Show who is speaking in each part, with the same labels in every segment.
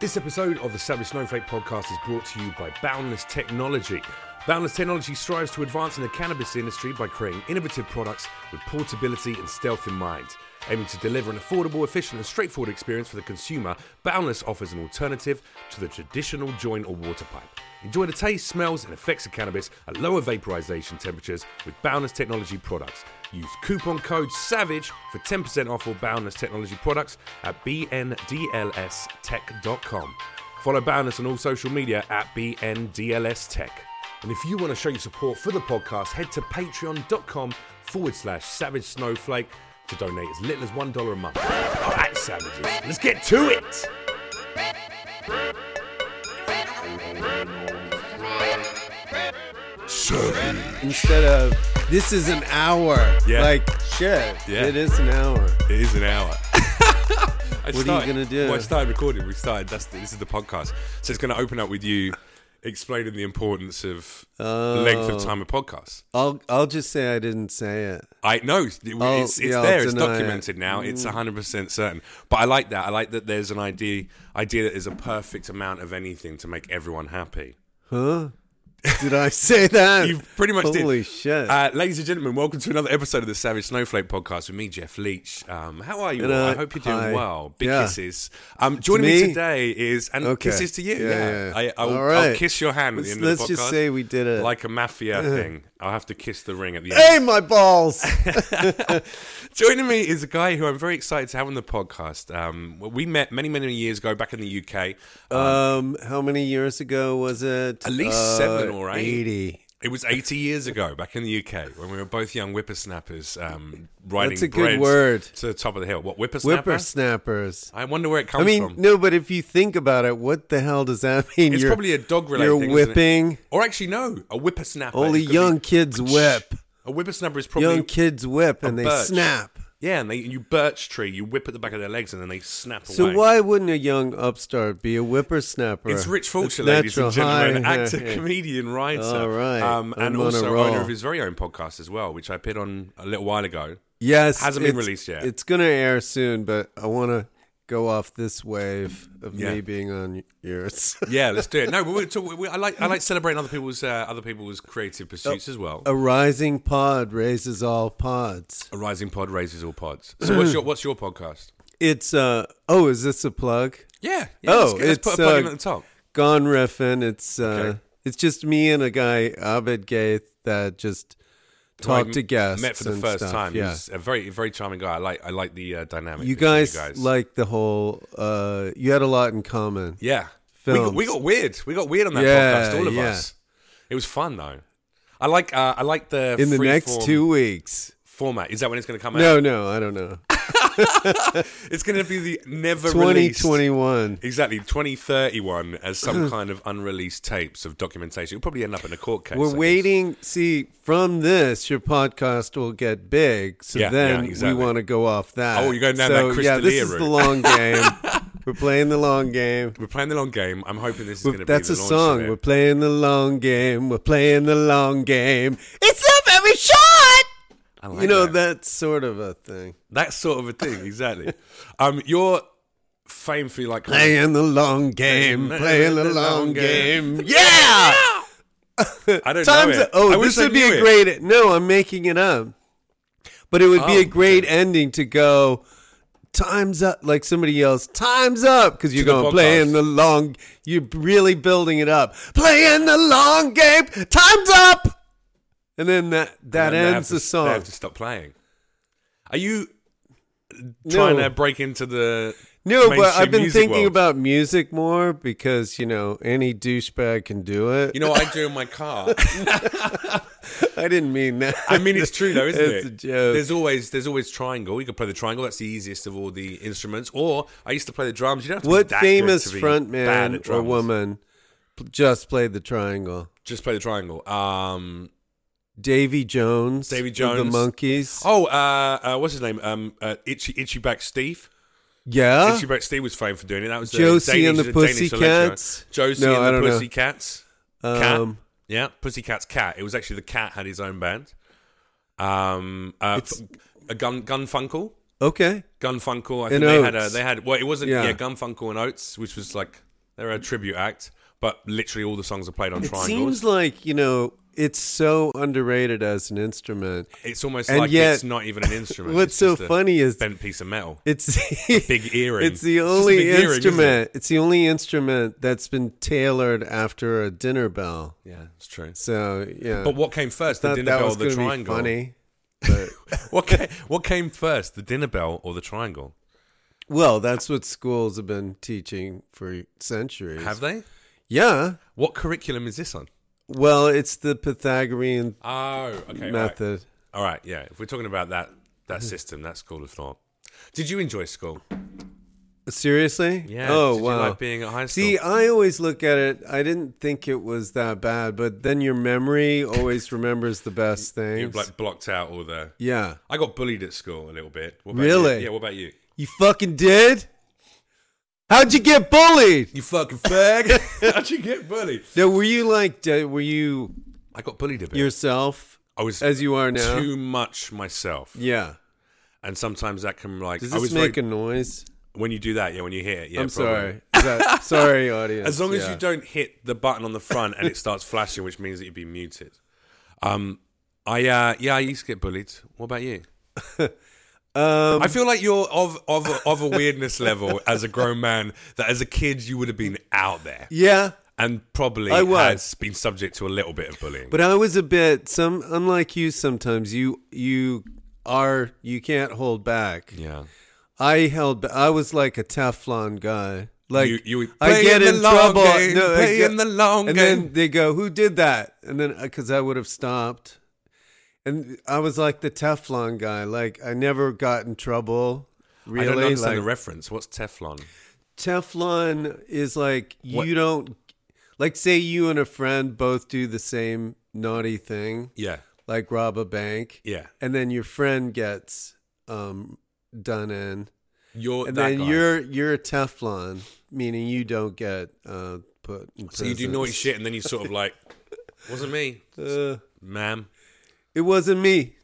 Speaker 1: This episode of the Savage Snowflake podcast is brought to you by Boundless Technology. Boundless Technology strives to advance in the cannabis industry by creating innovative products with portability and stealth in mind. Aiming to deliver an affordable, efficient, and straightforward experience for the consumer, Boundless offers an alternative to the traditional joint or water pipe. Enjoy the taste, smells, and effects of cannabis at lower vaporization temperatures with Boundless Technology products. Use coupon code SAVAGE for 10% off all Boundless Technology products at bndlstech.com. Follow Boundless on all social media at bndlstech. And if you want to show your support for the podcast, head to patreon.com forward slash savage snowflake to donate as little as $1 a month. All right, savages, let's get to it!
Speaker 2: instead of this is an hour.
Speaker 1: Yeah.
Speaker 2: Like shit.
Speaker 1: Yeah.
Speaker 2: It is an hour.
Speaker 1: It is an hour. what
Speaker 2: started- gonna do?
Speaker 1: Well, I started recording. We started. That's the, this is the podcast. So it's going to open up with you explaining the importance of length
Speaker 2: Oh.
Speaker 1: of time of podcasts.
Speaker 2: I'll I'll just say I didn't say it.
Speaker 1: I know it's, it-
Speaker 2: Oh,
Speaker 1: it's, it's
Speaker 2: yeah, Mm. I'll
Speaker 1: there. It's
Speaker 2: deny it.
Speaker 1: documented now. It's hundred percent certain. But I like that. I like that. There's an idea idea that there's a perfect amount of anything to make everyone happy.
Speaker 2: Huh? Did I say that?
Speaker 1: You pretty much did.
Speaker 2: Holy shit.
Speaker 1: Uh, ladies and gentlemen, welcome to another episode of the Savage Snowflake Podcast with me, Jeff Leach. Um, how are you?
Speaker 2: And,
Speaker 1: all? I
Speaker 2: uh,
Speaker 1: hope you're doing
Speaker 2: hi.
Speaker 1: well. Big
Speaker 2: Yeah.
Speaker 1: kisses. Um, joining me?
Speaker 2: me?
Speaker 1: today is and
Speaker 2: Okay.
Speaker 1: kisses to you. Yeah,
Speaker 2: Yeah, yeah,
Speaker 1: I,
Speaker 2: yeah.
Speaker 1: I'll,
Speaker 2: All right.
Speaker 1: I'll kiss your hand at the
Speaker 2: Let's-
Speaker 1: end of the podcast.
Speaker 2: let's just say we did it.
Speaker 1: like a mafia thing. I'll have to kiss the ring at the end.
Speaker 2: hey my balls.
Speaker 1: Joining me is a guy who I'm very excited to have on the podcast. Um, we met many, many years ago back in the UK.
Speaker 2: um how many years ago was it?
Speaker 1: Uh, At
Speaker 2: Uh,
Speaker 1: least seven or eight.
Speaker 2: Eighty.
Speaker 1: It was 80 years ago, back in the UK, when we were both young whippersnappers um, riding
Speaker 2: That's a good
Speaker 1: bread
Speaker 2: word.
Speaker 1: to the top of the hill. What, whippersnapper?
Speaker 2: Whippersnappers.
Speaker 1: I wonder where it comes
Speaker 2: I mean,
Speaker 1: from.
Speaker 2: no, but if you think about it, what the hell does that mean?
Speaker 1: it's
Speaker 2: You're-
Speaker 1: probably a dog related
Speaker 2: You're
Speaker 1: thing. isn't it?
Speaker 2: whipping.
Speaker 1: Or actually, no, a whippersnapper.
Speaker 2: Only
Speaker 1: It could
Speaker 2: young
Speaker 1: be-
Speaker 2: kids whip.
Speaker 1: A whippersnapper is probably.
Speaker 2: Young kids whip and they
Speaker 1: birch.
Speaker 2: snap.
Speaker 1: yeah, and they, you birch tree, you whip at the back of their legs and then they snap
Speaker 2: So
Speaker 1: away.
Speaker 2: why wouldn't a young upstart be a whippersnapper?
Speaker 1: It's Rich Fulcher,
Speaker 2: It's
Speaker 1: ladies
Speaker 2: natural.
Speaker 1: and gentlemen,
Speaker 2: Hi.
Speaker 1: actor, comedian, writer,
Speaker 2: All right.
Speaker 1: um, and
Speaker 2: I'm on a
Speaker 1: also
Speaker 2: roll.
Speaker 1: owner of his very own podcast as well, which I appeared on a little while ago.
Speaker 2: Yes,
Speaker 1: Hasn't been
Speaker 2: it's-
Speaker 1: released yet.
Speaker 2: It's gonna air soon, but I want to go off this wave of
Speaker 1: Yeah.
Speaker 2: me being on yours.
Speaker 1: Yeah, let's do it. No, but we're talk- we, I like I like celebrating other people's uh, other people's creative pursuits
Speaker 2: Oh.
Speaker 1: as well.
Speaker 2: a rising pod raises all pods.
Speaker 1: A rising pod raises all pods. So what's your what's your podcast?
Speaker 2: It's uh oh, is this a plug?
Speaker 1: Yeah, yeah
Speaker 2: Oh,
Speaker 1: let's, get- let's put a
Speaker 2: it's,
Speaker 1: plug in
Speaker 2: uh,
Speaker 1: at the top.
Speaker 2: Gone riffing. It's uh,
Speaker 1: Okay.
Speaker 2: it's just me and a guy Abed Gaith that just
Speaker 1: Who I
Speaker 2: talk to
Speaker 1: m-
Speaker 2: guests.
Speaker 1: Met for the
Speaker 2: and
Speaker 1: first
Speaker 2: stuff,
Speaker 1: time.
Speaker 2: Yeah.
Speaker 1: He's a very very charming guy. I like I like the uh, dynamic.
Speaker 2: You
Speaker 1: between
Speaker 2: guys, like the whole. uh You had a lot in common.
Speaker 1: Yeah. We got, we
Speaker 2: films.
Speaker 1: got weird. We got weird on that
Speaker 2: Yeah,
Speaker 1: podcast, all of
Speaker 2: yeah.
Speaker 1: us. It was fun though. I like uh, I like the
Speaker 2: in the next
Speaker 1: freeform
Speaker 2: two weeks.
Speaker 1: format. Is that when it's going to come out?
Speaker 2: No, no, I don't know.
Speaker 1: It's going to be the never released
Speaker 2: 2021.
Speaker 1: Exactly, 2031 as some kind of unreleased tapes of documentation. It'll probably end up in a court case. I
Speaker 2: We're
Speaker 1: guess.
Speaker 2: waiting. See, from this, your podcast will get big. So
Speaker 1: Yeah,
Speaker 2: then
Speaker 1: yeah, exactly.
Speaker 2: we want to go off that.
Speaker 1: Oh, you're going down
Speaker 2: so,
Speaker 1: that
Speaker 2: Yeah, this
Speaker 1: Crystalia
Speaker 2: is
Speaker 1: route.
Speaker 2: the long game. We're playing the long game.
Speaker 1: We're playing the long game. I'm hoping this is going to be
Speaker 2: That's
Speaker 1: the
Speaker 2: a
Speaker 1: launch
Speaker 2: song.
Speaker 1: Of
Speaker 2: We're
Speaker 1: it.
Speaker 2: playing the long game. We're playing the long game. It's not very short.
Speaker 1: I like
Speaker 2: you know,
Speaker 1: that.
Speaker 2: that's sort of a thing.
Speaker 1: that sort of a thing. Exactly. um, you're famed for like. kind
Speaker 2: Playing the long game. Playing the long game. Yeah!
Speaker 1: of- I don't
Speaker 2: Times.
Speaker 1: know. It.
Speaker 2: Oh,
Speaker 1: I wish
Speaker 2: this
Speaker 1: I
Speaker 2: would be
Speaker 1: knew
Speaker 2: a
Speaker 1: it.
Speaker 2: great. No, I'm making it up. But it would be
Speaker 1: Oh,
Speaker 2: a great ending to go. Times up, like somebody yells, "Times up!" Because you're
Speaker 1: To the
Speaker 2: going
Speaker 1: podcast.
Speaker 2: playing the long. You're really building it up, playing the long game. Times up, and then that that
Speaker 1: And they have
Speaker 2: ends
Speaker 1: to-
Speaker 2: the song.
Speaker 1: They have to stop playing. Are you trying
Speaker 2: No.
Speaker 1: to break into the?
Speaker 2: No, but
Speaker 1: mainstream
Speaker 2: I've been
Speaker 1: music
Speaker 2: thinking
Speaker 1: world?
Speaker 2: about music more because you know any douchebag can do it.
Speaker 1: You know what I do in my car.
Speaker 2: I didn't mean that.
Speaker 1: I mean, it's true though, isn't
Speaker 2: It's
Speaker 1: it?
Speaker 2: a joke.
Speaker 1: There's always there's always triangle. You can play the triangle. That's the easiest of all the instruments. Or I used to play the drums. You don't have to be
Speaker 2: What
Speaker 1: that
Speaker 2: famous
Speaker 1: good to be bad at
Speaker 2: frontman or
Speaker 1: drums.
Speaker 2: woman p- just played the triangle?
Speaker 1: Just play the triangle. Um.
Speaker 2: Davy Jones.
Speaker 1: Davy
Speaker 2: of The
Speaker 1: Jones.
Speaker 2: Monkeys.
Speaker 1: Oh, uh, uh what's his name? Um, uh, Itchy Itchy Back Steve.
Speaker 2: yeah.
Speaker 1: Itchy Back Steve was famed for doing it. That was the
Speaker 2: Josie and
Speaker 1: Danish-
Speaker 2: the
Speaker 1: a Danish
Speaker 2: Pussycats?
Speaker 1: electro. Josie
Speaker 2: No, I
Speaker 1: and
Speaker 2: don't
Speaker 1: the
Speaker 2: know.
Speaker 1: Pussycats. Cat.
Speaker 2: Um,
Speaker 1: yeah, Pussycats Cat. It was actually the cat had his own band. Um, uh, f- a gun Gunfunkel.
Speaker 2: okay.
Speaker 1: Gunfunkel. I think
Speaker 2: And
Speaker 1: they had a
Speaker 2: Oates.
Speaker 1: they had well it wasn't yeah,
Speaker 2: Yeah.
Speaker 1: Gunfunkel and Oates, which was like They're a tribute act, but literally all the songs are played on
Speaker 2: It
Speaker 1: triangles.
Speaker 2: seems like, you know, it's so underrated as an instrument.
Speaker 1: it's almost
Speaker 2: and
Speaker 1: like
Speaker 2: yet-
Speaker 1: it's not even an instrument.
Speaker 2: What's
Speaker 1: it's
Speaker 2: so
Speaker 1: just a
Speaker 2: funny is
Speaker 1: bent piece of metal.
Speaker 2: it's
Speaker 1: Big earring.
Speaker 2: It's the
Speaker 1: It's just a
Speaker 2: only
Speaker 1: big earring, isn't it?
Speaker 2: instrument. It's the only instrument that's been tailored after a dinner bell.
Speaker 1: Yeah, it's true.
Speaker 2: So yeah,
Speaker 1: But what came first, the
Speaker 2: Thought
Speaker 1: dinner
Speaker 2: that
Speaker 1: bell or
Speaker 2: was
Speaker 1: the
Speaker 2: gonna be
Speaker 1: triangle?
Speaker 2: funny.
Speaker 1: What came, what came first, the dinner bell or the triangle?
Speaker 2: Well, that's what schools have been teaching for centuries.
Speaker 1: Have they?
Speaker 2: yeah.
Speaker 1: What curriculum is this on?
Speaker 2: Well, it's the Pythagorean
Speaker 1: Oh, okay. All right.
Speaker 2: method.
Speaker 1: All right, yeah. If we're talking about that that system, that school of thought. Did you enjoy school?
Speaker 2: Seriously?
Speaker 1: Yeah.
Speaker 2: Oh
Speaker 1: Did
Speaker 2: wow.
Speaker 1: You like being at high school?
Speaker 2: See, I always look at it. I didn't think it was that bad, but then your memory always remembers the best
Speaker 1: you
Speaker 2: things.
Speaker 1: like blocked out all the.
Speaker 2: yeah.
Speaker 1: I got bullied at school a little bit. What about
Speaker 2: Really?
Speaker 1: You? Yeah. What about you?
Speaker 2: You fucking did? How'd you get bullied?
Speaker 1: You fucking fag! How'd you get bullied?
Speaker 2: Now, were you like, d- were you
Speaker 1: I got bullied a bit.
Speaker 2: yourself
Speaker 1: I was
Speaker 2: as you are now?
Speaker 1: too much myself,
Speaker 2: yeah.
Speaker 1: and sometimes that can like.
Speaker 2: Does
Speaker 1: I was
Speaker 2: this
Speaker 1: very-
Speaker 2: make a noise?
Speaker 1: when you do that, yeah, when you hit it, yeah.
Speaker 2: I'm
Speaker 1: probably.
Speaker 2: sorry. Is that- sorry, audience.
Speaker 1: As long as
Speaker 2: Yeah.
Speaker 1: you don't hit the button on the front and it starts flashing, which means that you'd be muted. Um, I uh, yeah, I used to get bullied. What about you?
Speaker 2: Um,
Speaker 1: I feel like you're of of of a weirdness level as a grown man that as a kid you would have been out there
Speaker 2: yeah.
Speaker 1: and probably
Speaker 2: I was.
Speaker 1: has been subject to a little bit of bullying.
Speaker 2: But I was a bit some unlike you sometimes you you are you can't hold back.
Speaker 1: yeah.
Speaker 2: I held ba- I was like a Teflon guy. Like
Speaker 1: You- you would-
Speaker 2: I
Speaker 1: Play
Speaker 2: get
Speaker 1: in the
Speaker 2: in
Speaker 1: long
Speaker 2: trouble.
Speaker 1: game,
Speaker 2: I
Speaker 1: play
Speaker 2: get-
Speaker 1: in the long
Speaker 2: and
Speaker 1: game.
Speaker 2: then they go, "Who did that?" And then because I would have stopped. And I was like the Teflon guy. Like I never got in trouble. Really,
Speaker 1: I don't understand
Speaker 2: like,
Speaker 1: the reference. What's Teflon?
Speaker 2: Teflon is like you
Speaker 1: What-
Speaker 2: don't like say you and a friend both do the same naughty thing,
Speaker 1: Yeah,
Speaker 2: like rob a bank,
Speaker 1: yeah.
Speaker 2: and then your friend gets um done in,
Speaker 1: You're
Speaker 2: and
Speaker 1: that
Speaker 2: then
Speaker 1: guy.
Speaker 2: you're you're a Teflon, meaning you don't get uh put. In
Speaker 1: so you do
Speaker 2: prison.
Speaker 1: naughty shit and then you sort of like wasn't me,
Speaker 2: Uh,
Speaker 1: ma'am.
Speaker 2: it wasn't me.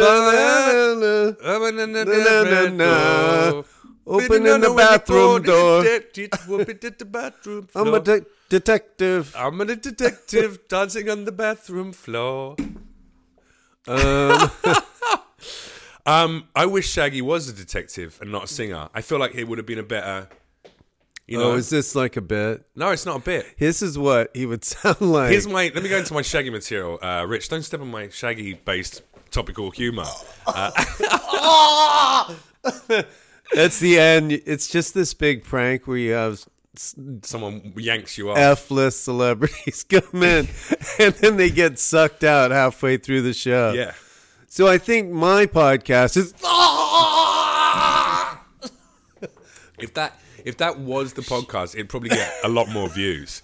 Speaker 2: Da-na-na-na-na-na-na-na. Na-na-na-na. Open in the bathroom door.
Speaker 1: door.
Speaker 2: I'm a de- detective.
Speaker 1: I'm a detective dancing on the bathroom floor.
Speaker 2: Um,
Speaker 1: Um, I wish Shaggy was a detective and not a singer. I feel like it would have been a better. You know,
Speaker 2: oh, is this like a bit?
Speaker 1: no, it's not a bit.
Speaker 2: This is what he would sound like.
Speaker 1: Here's my. Let me go into my Shaggy material. Uh, Rich, don't step on my Shaggy-based topical humor.
Speaker 2: That's the end. It's just this big prank where you have s-
Speaker 1: Someone yanks you off.
Speaker 2: F-list celebrities come in, and then they get sucked out halfway through the show.
Speaker 1: yeah.
Speaker 2: So I think my podcast is.
Speaker 1: If that if that was the podcast, it'd probably get a lot more views.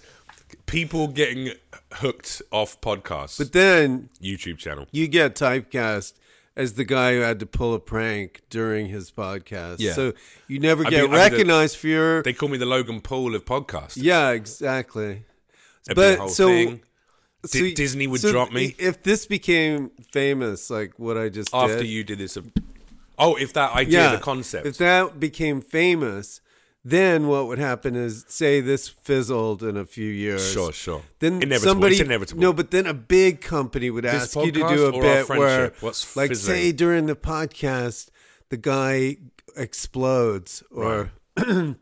Speaker 1: People getting hooked off podcasts,
Speaker 2: But then
Speaker 1: YouTube channel.
Speaker 2: you get typecast as the guy who had to pull a prank during his podcast.
Speaker 1: Yeah.
Speaker 2: So you never
Speaker 1: I
Speaker 2: get
Speaker 1: mean- I mean, the-
Speaker 2: recognized for your.
Speaker 1: They call me the Logan Paul of podcasts.
Speaker 2: yeah, exactly.
Speaker 1: That'd be
Speaker 2: but
Speaker 1: the whole
Speaker 2: so-
Speaker 1: thing.
Speaker 2: So
Speaker 1: Di-
Speaker 2: y-
Speaker 1: Disney would
Speaker 2: so
Speaker 1: drop me
Speaker 2: If this became famous, like what I just
Speaker 1: after
Speaker 2: did,
Speaker 1: you did this. Oh, if that idea, the concept.
Speaker 2: If that became famous, then what would happen is say this fizzled in a few years.
Speaker 1: Sure, sure.
Speaker 2: Then
Speaker 1: Inevitable.
Speaker 2: somebody
Speaker 1: It's inevitable.
Speaker 2: No, but then a big company would ask you to do
Speaker 1: podcast or
Speaker 2: a
Speaker 1: our
Speaker 2: bit
Speaker 1: friendship?
Speaker 2: where
Speaker 1: What's
Speaker 2: like
Speaker 1: fizzling?
Speaker 2: say during the podcast the guy explodes or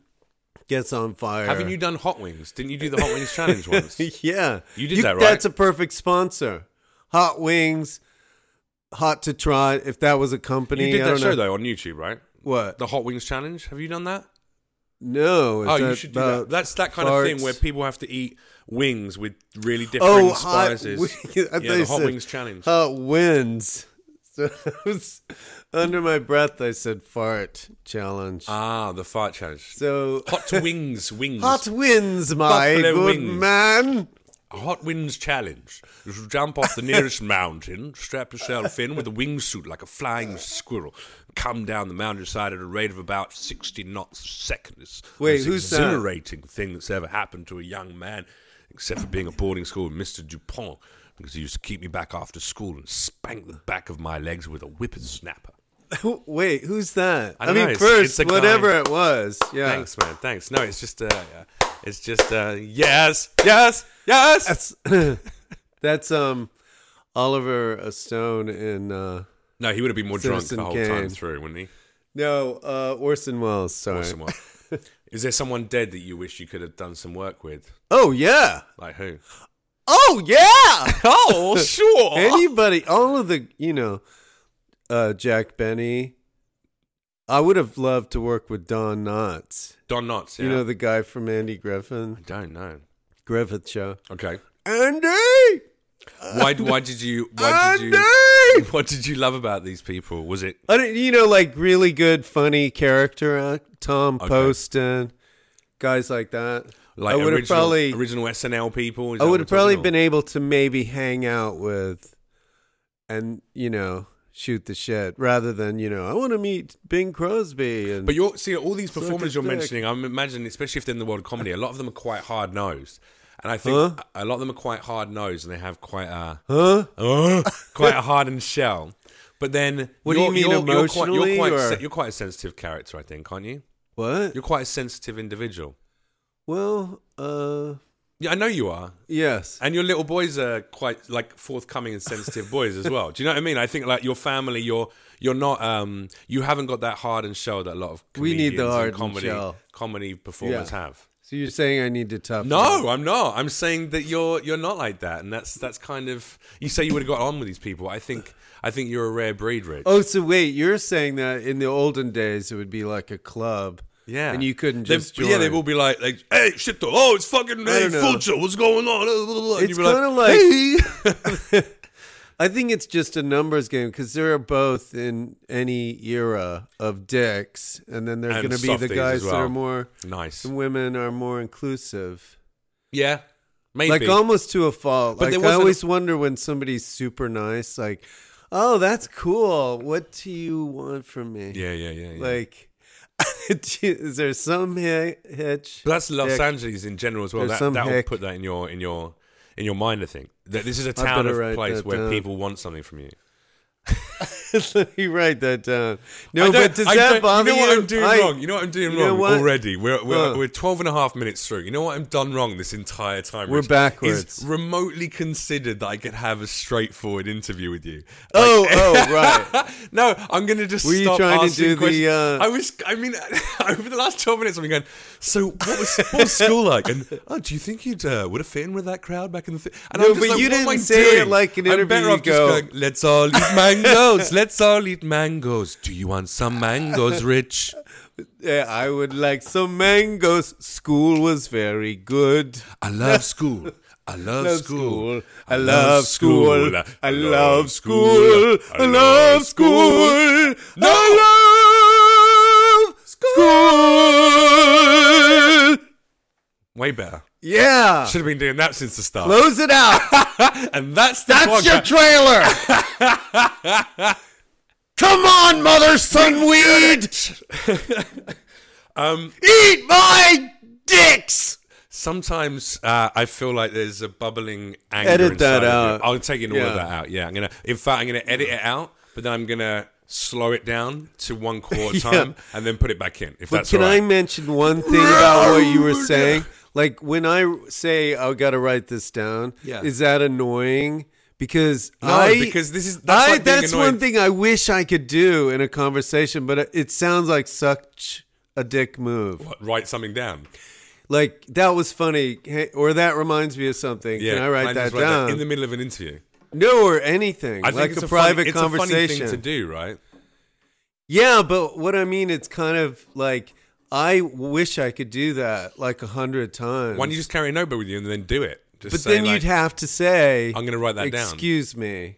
Speaker 2: gets on fire.
Speaker 1: Haven't you done hot wings? Didn't you do the hot wings challenge once?
Speaker 2: yeah.
Speaker 1: You did that, right?
Speaker 2: That's a perfect sponsor. Hot Wings, Hot to Trot. If that was a company,
Speaker 1: You did
Speaker 2: I
Speaker 1: that
Speaker 2: don't
Speaker 1: show
Speaker 2: know.
Speaker 1: though on YouTube, right?
Speaker 2: What?
Speaker 1: The hot wings challenge. Have you done that?
Speaker 2: no. is
Speaker 1: oh, you
Speaker 2: that
Speaker 1: should do that.
Speaker 2: about
Speaker 1: That's that kind of
Speaker 2: farts?
Speaker 1: thing where people have to eat wings with really different
Speaker 2: Oh, hot
Speaker 1: spices.
Speaker 2: wings. I
Speaker 1: yeah,
Speaker 2: thought
Speaker 1: the
Speaker 2: you
Speaker 1: hot
Speaker 2: said
Speaker 1: wings challenge.
Speaker 2: Hot wins. So it was under my breath. I said fart challenge.
Speaker 1: ah, the fart challenge.
Speaker 2: so
Speaker 1: Hot wings, wings.
Speaker 2: hot wins, my
Speaker 1: Buffalo
Speaker 2: good
Speaker 1: wings.
Speaker 2: man.
Speaker 1: Hot wings challenge. You should jump off the nearest mountain, strap yourself in with a wingsuit like a flying squirrel, come down the mountainside at a rate of about 60 knots a second. It's the
Speaker 2: Wait,
Speaker 1: most
Speaker 2: who's uh, that?
Speaker 1: exhilarating thing that's ever happened to a young man, except for being at boarding school with Mr. Dupont, because he used to keep me back after school and spank the back of my legs with a whippersnapper.
Speaker 2: Wait, who's that?
Speaker 1: I
Speaker 2: I,
Speaker 1: don't
Speaker 2: mean,
Speaker 1: know, it's- it's
Speaker 2: first,
Speaker 1: a guy.
Speaker 2: whatever it was. Yeah.
Speaker 1: Thanks, man. Thanks. No, it's just, uh, yeah. it's just, uh, yes, yes, yes.
Speaker 2: That's, that's um, Oliver uh, Stone in uh,
Speaker 1: no, he would have been more
Speaker 2: Citizen
Speaker 1: drunk the whole time
Speaker 2: Kane.
Speaker 1: through, wouldn't he?
Speaker 2: no uh, Orson Welles. Sorry.
Speaker 1: Or someone. Is there someone dead that you wish you could have done some work with?
Speaker 2: Oh yeah.
Speaker 1: Like who?
Speaker 2: Oh yeah.
Speaker 1: Oh, sure.
Speaker 2: Anybody? All of the you know, uh, Jack Benny. I would have loved to work with Don Knotts.
Speaker 1: Don Knotts. Yeah.
Speaker 2: You know the guy from Andy Griffin
Speaker 1: I don't know.
Speaker 2: Griffith Show.
Speaker 1: Okay.
Speaker 2: Andy. Uh,
Speaker 1: Why? Why did you? Why did you?
Speaker 2: Andy!
Speaker 1: What did you love about these people? Was it?
Speaker 2: I don't- you know, like really good, funny character, act, Tom Poston, guys like that.
Speaker 1: Like
Speaker 2: I would have
Speaker 1: original,
Speaker 2: probably,
Speaker 1: original SNL people. Is
Speaker 2: I
Speaker 1: that
Speaker 2: would
Speaker 1: what
Speaker 2: have
Speaker 1: we're
Speaker 2: probably
Speaker 1: talking
Speaker 2: been able to maybe hang out with, and you know, shoot the shit rather than you know, I want to meet Bing Crosby and
Speaker 1: But you're see all these performers you're
Speaker 2: dick.
Speaker 1: mentioning. I'm imagining, especially if they're in the world of comedy, a lot of them are quite hard nosed, and I think
Speaker 2: Huh?
Speaker 1: a lot of them are quite hard nosed, and they have quite a
Speaker 2: huh?
Speaker 1: uh, quite a hardened shell. But then,
Speaker 2: What do you
Speaker 1: you're-
Speaker 2: mean
Speaker 1: you're- You're quite, you're,
Speaker 2: emotionally,
Speaker 1: quite
Speaker 2: or-
Speaker 1: se- you're quite a sensitive character, I think, aren't you?
Speaker 2: What?
Speaker 1: You're quite a sensitive individual.
Speaker 2: Well, uh,
Speaker 1: Yeah, I know you are.
Speaker 2: yes.
Speaker 1: And your little boys are quite like forthcoming and sensitive boys as well. Do you know what I mean? I think like your family, you're you're not um you haven't got that hardened shell that a lot of
Speaker 2: We need the
Speaker 1: comedians and
Speaker 2: hardened
Speaker 1: comedy
Speaker 2: shell.
Speaker 1: comedy performers
Speaker 2: Yeah.
Speaker 1: have.
Speaker 2: So you're saying I need to toughen? up.
Speaker 1: No, I'm not. I'm saying that you're you're not like that, and that's that's kind of you say you would have got on with these people. I think I think you're a rare breed, Rich.
Speaker 2: Oh, so wait, you're saying that in the olden days it would be like a club.
Speaker 1: yeah,
Speaker 2: And you couldn't
Speaker 1: They-
Speaker 2: just join.
Speaker 1: yeah. They will be like like hey shit though. Oh, it's fucking hey
Speaker 2: don't know.
Speaker 1: Fulcher, what's going on? Blah, blah, blah. And
Speaker 2: it's
Speaker 1: you'd be
Speaker 2: kind of like, I think it's just a numbers game because there are both in any era of dicks, and then they're
Speaker 1: And
Speaker 2: going to be the
Speaker 1: softies as
Speaker 2: guys that
Speaker 1: well.
Speaker 2: are more
Speaker 1: nice.
Speaker 2: the women are more inclusive,
Speaker 1: Yeah, maybe.
Speaker 2: like um, almost to a fault.
Speaker 1: But there
Speaker 2: like I
Speaker 1: wasn't a-
Speaker 2: always wonder when somebody's super nice, like, oh, that's cool. What do you want from me?
Speaker 1: yeah, yeah, yeah. yeah.
Speaker 2: Like, is there some hi- hitch?
Speaker 1: But that's Los
Speaker 2: Dick.
Speaker 1: Angeles in general as well.
Speaker 2: There's
Speaker 1: That,
Speaker 2: some
Speaker 1: that'll
Speaker 2: hick.
Speaker 1: put that in your in your in your mind. I think that this is a town
Speaker 2: better
Speaker 1: of
Speaker 2: write
Speaker 1: place
Speaker 2: that
Speaker 1: where
Speaker 2: down.
Speaker 1: people want something from you.
Speaker 2: Let me write that down.
Speaker 1: I
Speaker 2: No,
Speaker 1: don't-
Speaker 2: but does
Speaker 1: I
Speaker 2: that
Speaker 1: don't-
Speaker 2: bother
Speaker 1: you?
Speaker 2: you?
Speaker 1: know what I'm doing
Speaker 2: I-
Speaker 1: wrong. You know what I'm doing
Speaker 2: You know
Speaker 1: wrong
Speaker 2: what?
Speaker 1: already. We're we're,
Speaker 2: Huh.
Speaker 1: we're 12 and a half minutes through. You know what I've done wrong this entire time.
Speaker 2: We're
Speaker 1: Rich,
Speaker 2: backwards.
Speaker 1: Is remotely considered that I could have a straightforward interview with you.
Speaker 2: Oh, oh, right.
Speaker 1: no, I'm gonna just.
Speaker 2: Were you
Speaker 1: stop
Speaker 2: trying to
Speaker 1: asking
Speaker 2: do the,
Speaker 1: questions.
Speaker 2: uh,
Speaker 1: I was. I mean, over the last twelve minutes, I've been going. So, what was, what was school like? And oh, do you think you'd uh, would have fit in with that crowd back in the? Th-? And
Speaker 2: No,
Speaker 1: I'm just
Speaker 2: but
Speaker 1: like,
Speaker 2: you
Speaker 1: what am
Speaker 2: didn't
Speaker 1: I
Speaker 2: say it
Speaker 1: doing?
Speaker 2: like an
Speaker 1: I'm
Speaker 2: interview.
Speaker 1: better
Speaker 2: You
Speaker 1: off just
Speaker 2: go-
Speaker 1: going, Let's all eat mangoes. Let's all eat mangoes. Do you want some mangoes, Rich?
Speaker 2: Yeah, I would like some mangoes. School was very good.
Speaker 1: I love school. I love,
Speaker 2: Love
Speaker 1: school.
Speaker 2: school. I love school. I love school. I love school.
Speaker 1: No.
Speaker 2: I love school.
Speaker 1: Way better.
Speaker 2: Yeah.
Speaker 1: Should have been doing that since the start.
Speaker 2: Close it out.
Speaker 1: and that's the
Speaker 2: That's your
Speaker 1: podcast.
Speaker 2: trailer. Come on, mother son weed.
Speaker 1: Um,
Speaker 2: Eat my dicks.
Speaker 1: sometimes uh, I feel like there's a bubbling anger.
Speaker 2: Edit
Speaker 1: inside
Speaker 2: that
Speaker 1: of
Speaker 2: out.
Speaker 1: you. I'm taking all of
Speaker 2: Yeah.
Speaker 1: that out. Yeah, I'm gonna. In fact, I'm gonna edit it out, but then I'm gonna slow it down to one quarter
Speaker 2: Yeah.
Speaker 1: time and then put it back in. If
Speaker 2: But
Speaker 1: that's
Speaker 2: can
Speaker 1: all right.
Speaker 2: I mention one thing about what you were saying? Like when I say I got to write this down,
Speaker 1: Yeah.
Speaker 2: is that annoying? Because
Speaker 1: No,
Speaker 2: I
Speaker 1: because this is- that's
Speaker 2: I-
Speaker 1: like being
Speaker 2: that's
Speaker 1: annoyed.
Speaker 2: one thing I wish I could do in a conversation, but it sounds like such a dick move.
Speaker 1: What, write something down.
Speaker 2: Like that was funny, hey, or that reminds me of something.
Speaker 1: Yeah,
Speaker 2: Can I write
Speaker 1: and
Speaker 2: that
Speaker 1: just
Speaker 2: down?
Speaker 1: in the middle of an interview?
Speaker 2: no, or anything.
Speaker 1: I think
Speaker 2: like
Speaker 1: it's
Speaker 2: a,
Speaker 1: a
Speaker 2: private
Speaker 1: funny, it's a
Speaker 2: conversation.
Speaker 1: funny thing to do, right?
Speaker 2: Yeah, but what I mean, it's kind of like I wish I could do that like a hundred times.
Speaker 1: Why don't you just carry a notebook with you and then do it? Just
Speaker 2: but
Speaker 1: say,
Speaker 2: then
Speaker 1: like,
Speaker 2: you'd have to say,
Speaker 1: I'm gonna write that down.
Speaker 2: Excuse me.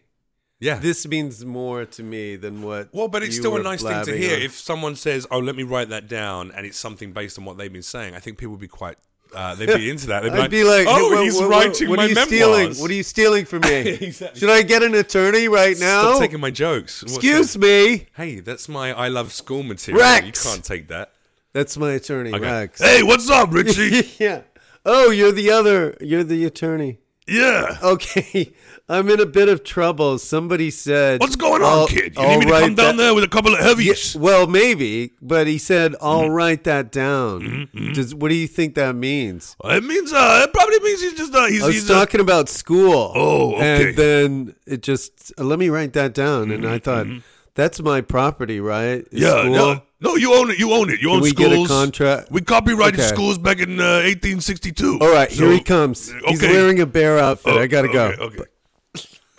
Speaker 1: yeah.
Speaker 2: This means more to me than what.
Speaker 1: Well, but it's
Speaker 2: you
Speaker 1: still a
Speaker 2: were
Speaker 1: nice thing to
Speaker 2: blabbing
Speaker 1: hear.
Speaker 2: on."
Speaker 1: If someone says, "Oh, let me write that down," and it's something based on what they've been saying, I think people would be quite. Uh, they'd be into that. They'd be,
Speaker 2: I'd be like,
Speaker 1: "Oh,
Speaker 2: "Hey, what-
Speaker 1: he's
Speaker 2: what- what-
Speaker 1: writing
Speaker 2: what
Speaker 1: my
Speaker 2: are you
Speaker 1: memoirs.
Speaker 2: Stealing? What are you stealing from me?
Speaker 1: Exactly.
Speaker 2: Should I get an attorney right now?
Speaker 1: Stop taking my jokes. What's
Speaker 2: Excuse
Speaker 1: that?
Speaker 2: me.
Speaker 1: Hey, that's my I love school material.
Speaker 2: Rex!
Speaker 1: You can't take that.
Speaker 2: That's my attorney,
Speaker 1: Okay.
Speaker 2: Rex.
Speaker 1: Hey, what's up, Richie?
Speaker 2: yeah. Oh, you're the other. You're the attorney.
Speaker 1: Yeah.
Speaker 2: Okay, I'm in a bit of trouble. Somebody said,
Speaker 1: What's going on,
Speaker 2: "I'll-
Speaker 1: kid? You
Speaker 2: I'll
Speaker 1: need me to
Speaker 2: write
Speaker 1: come down
Speaker 2: that-
Speaker 1: there with a couple of heavies?
Speaker 2: Yeah, well, maybe, but he said, "I'll
Speaker 1: Mm-hmm.
Speaker 2: write that down." Does what do you think that means?
Speaker 1: It means uh, it probably means he's just uh, he's,
Speaker 2: I was
Speaker 1: he's uh,
Speaker 2: talking about school.
Speaker 1: Oh, okay. Mm-hmm,
Speaker 2: And then it just uh, let me write that down, and I thought that's my property, right? Is
Speaker 1: yeah,
Speaker 2: school?
Speaker 1: yeah. No, you own it. You own it. You own
Speaker 2: we get
Speaker 1: schools.
Speaker 2: a contract?
Speaker 1: We copyrighted
Speaker 2: Okay.
Speaker 1: schools back in uh, 1862.
Speaker 2: All right,
Speaker 1: So-
Speaker 2: here he comes. He's
Speaker 1: okay. Oh,
Speaker 2: wearing a bear outfit. I gotta go.
Speaker 1: Okay.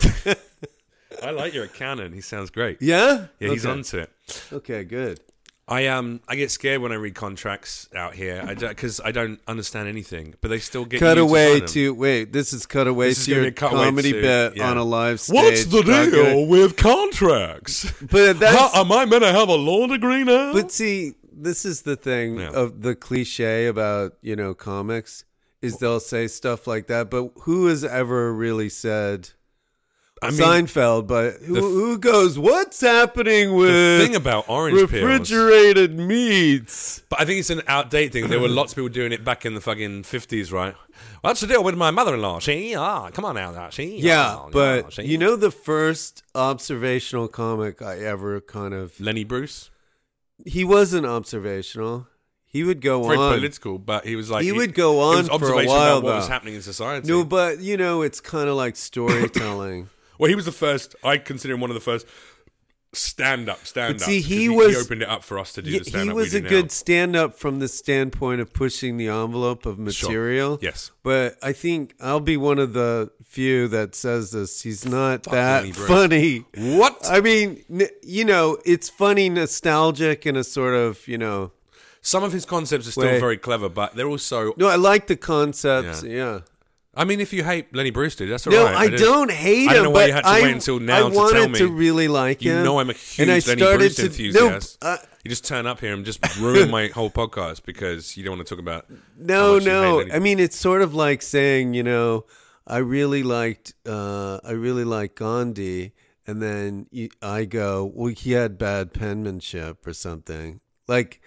Speaker 1: okay. I like your canon. He sounds great.
Speaker 2: Yeah.
Speaker 1: Yeah, he's
Speaker 2: okay.
Speaker 1: onto it.
Speaker 2: Okay, good.
Speaker 1: I um I get scared when I read contracts out here because I, don't understand anything, but they still get you
Speaker 2: Cut
Speaker 1: to
Speaker 2: away
Speaker 1: sign them.
Speaker 2: to wait. This is cut away
Speaker 1: is
Speaker 2: to
Speaker 1: gonna
Speaker 2: your
Speaker 1: be a cutaway
Speaker 2: comedy
Speaker 1: to-
Speaker 2: bit
Speaker 1: yeah.
Speaker 2: on a live stage.
Speaker 1: What's the
Speaker 2: Not good.
Speaker 1: deal with contracts?
Speaker 2: But that's-
Speaker 1: How- am I meant to have a law degree now?
Speaker 2: But see, this is the thing
Speaker 1: Yeah.
Speaker 2: of the cliche about you know comics is they'll say stuff like that, but who has ever really said
Speaker 1: I mean,
Speaker 2: Seinfeld? But who, who goes? What's happening
Speaker 1: the
Speaker 2: with
Speaker 1: thing about orange pills.
Speaker 2: refrigerated meats?
Speaker 1: But I think it's an outdated thing. There were lots of people doing it back in the fucking fifties, right? Well, that's the deal with my mother-in-law. She ah, come on now, now, she
Speaker 2: Yeah,
Speaker 1: ah, ah,
Speaker 2: but
Speaker 1: she-
Speaker 2: you know the first observational comic I ever kind of
Speaker 1: Lenny Bruce,
Speaker 2: he wasn't observational. He would go
Speaker 1: very
Speaker 2: on.
Speaker 1: political, but he was like
Speaker 2: He would go
Speaker 1: it
Speaker 2: on
Speaker 1: was
Speaker 2: for a
Speaker 1: observation
Speaker 2: while,
Speaker 1: about what was
Speaker 2: though.
Speaker 1: happening in society.
Speaker 2: no, but you know it's kind of like storytelling.
Speaker 1: Well, he was the first. I consider him one of the first stand-up stand-ups.
Speaker 2: see,
Speaker 1: 'cause
Speaker 2: he was-
Speaker 1: opened it up for us to do
Speaker 2: Yeah,
Speaker 1: the stand-up.
Speaker 2: he
Speaker 1: we
Speaker 2: was
Speaker 1: do
Speaker 2: a
Speaker 1: now.
Speaker 2: good stand-up from the standpoint of pushing the envelope of
Speaker 1: Sure.
Speaker 2: material.
Speaker 1: Yes.
Speaker 2: But I think I'll be one of the few that says this. He's not that
Speaker 1: Lenny Bruce.
Speaker 2: funny.
Speaker 1: What?
Speaker 2: I mean, n- you know, it's funny, nostalgic, and a sort of, you know.
Speaker 1: Some of his concepts are still
Speaker 2: Wait.
Speaker 1: very clever, but they're also.
Speaker 2: No, I like the concepts.
Speaker 1: Yeah.
Speaker 2: Yeah.
Speaker 1: I mean, if you hate Lenny Bruce, dude, that's all
Speaker 2: No,
Speaker 1: right.
Speaker 2: I, don't hate him.
Speaker 1: I don't know why
Speaker 2: but
Speaker 1: you had to
Speaker 2: I,
Speaker 1: wait until now to
Speaker 2: I
Speaker 1: tell
Speaker 2: wanted
Speaker 1: me.
Speaker 2: to really like
Speaker 1: You
Speaker 2: him.
Speaker 1: know, I'm a huge
Speaker 2: and I
Speaker 1: Lenny
Speaker 2: started
Speaker 1: Bruce
Speaker 2: to,
Speaker 1: enthusiast.
Speaker 2: No, I-
Speaker 1: you just turn up here and just ruin my whole podcast because you don't want to talk about. how
Speaker 2: No,
Speaker 1: much you hate
Speaker 2: no.
Speaker 1: Lenny
Speaker 2: I mean, it's sort of like saying, you know, I really liked, uh, I really like Gandhi, and then you, I go, well, he had bad penmanship or something. Like,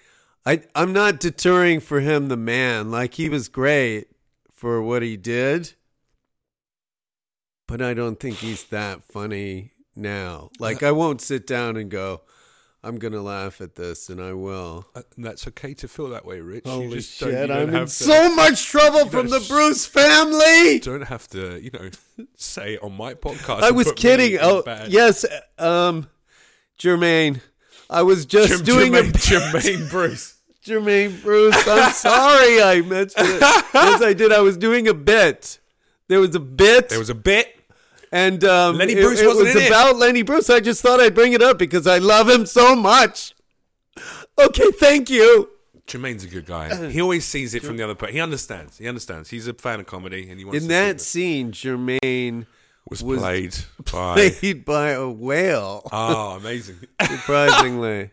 Speaker 2: I, I'm not deterring for him, the man. Like, he was great for what he did, but I don't think he's that funny now.
Speaker 1: Uh,
Speaker 2: Like, I won't sit down and go, I'm gonna laugh at this, and I will.
Speaker 1: Uh, That's okay to feel that way, Rich. you
Speaker 2: Holy
Speaker 1: just don't, you
Speaker 2: shit!
Speaker 1: don't
Speaker 2: I'm
Speaker 1: have
Speaker 2: in
Speaker 1: to,
Speaker 2: so much trouble from the
Speaker 1: sh-
Speaker 2: Bruce family.
Speaker 1: Don't have to, you know, say it on my podcast.
Speaker 2: I
Speaker 1: and
Speaker 2: was
Speaker 1: put me
Speaker 2: kidding.
Speaker 1: in
Speaker 2: Oh,
Speaker 1: bad-
Speaker 2: yes, um, Jermaine. I was just
Speaker 1: Jim-
Speaker 2: doing
Speaker 1: Jermaine,
Speaker 2: a
Speaker 1: Jermaine Bruce.
Speaker 2: Jermaine Bruce. I'm sorry I mentioned it. Yes, I did. I was doing a bit. There was a bit,
Speaker 1: There was a bit.
Speaker 2: and um,
Speaker 1: Lenny
Speaker 2: it-
Speaker 1: Bruce
Speaker 2: it,
Speaker 1: wasn't
Speaker 2: was
Speaker 1: in it.
Speaker 2: about Lenny Bruce. I just thought I'd bring it up because I love him so much. Okay, thank you.
Speaker 1: Jermaine's a good guy. He always sees it from the other part. He understands. He understands. He's a fan of comedy, and he wants to see
Speaker 2: In that scene, Jermaine
Speaker 1: it was,
Speaker 2: was
Speaker 1: played by.
Speaker 2: played by a whale.
Speaker 1: oh, amazing!
Speaker 2: surprisingly.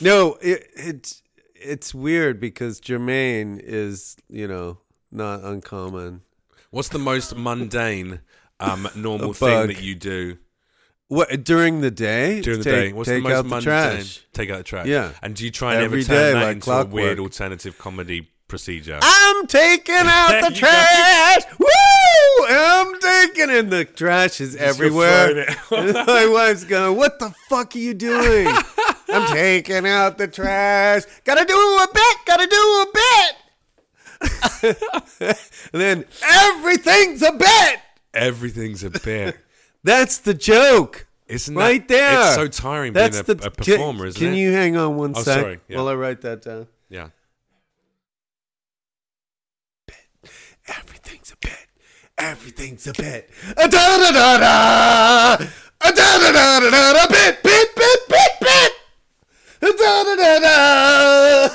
Speaker 2: no, it, it's it's weird because Jermaine is you know not uncommon.
Speaker 1: What's the most mundane, um, normal
Speaker 2: A
Speaker 1: thing
Speaker 2: bug.
Speaker 1: that you do
Speaker 2: What during the day?
Speaker 1: during the
Speaker 2: Take-
Speaker 1: day? What's
Speaker 2: take
Speaker 1: the most
Speaker 2: out
Speaker 1: mundane?
Speaker 2: trash.
Speaker 1: Take out the trash.
Speaker 2: Yeah.
Speaker 1: And do you try and
Speaker 2: Every
Speaker 1: ever turn
Speaker 2: day,
Speaker 1: that
Speaker 2: like
Speaker 1: into a
Speaker 2: clockwork. Ah!
Speaker 1: weird alternative comedy procedure?
Speaker 2: I'm taking out
Speaker 1: There
Speaker 2: the
Speaker 1: you go.
Speaker 2: trash. Woo! I'm taking and the trash is everywhere.
Speaker 1: throwing it.
Speaker 2: My wife's going, "What the fuck are you doing?" I'm taking out the trash. Gotta do a bit. Gotta do a bit. and then everything's a bit.
Speaker 1: Everything's a bit.
Speaker 2: That's the joke.
Speaker 1: Isn't that-
Speaker 2: right there.
Speaker 1: It's so tiring being a- a performer,
Speaker 2: can,
Speaker 1: isn't
Speaker 2: Can
Speaker 1: it?
Speaker 2: you hang on one
Speaker 1: Oh,
Speaker 2: sec
Speaker 1: sorry, yeah.
Speaker 2: while I write that down?
Speaker 1: Yeah.
Speaker 2: Everything's a bit. Everything's a bit. A da da da da. A da da da da da. da, Bit bit bit bit bit. A da da da da.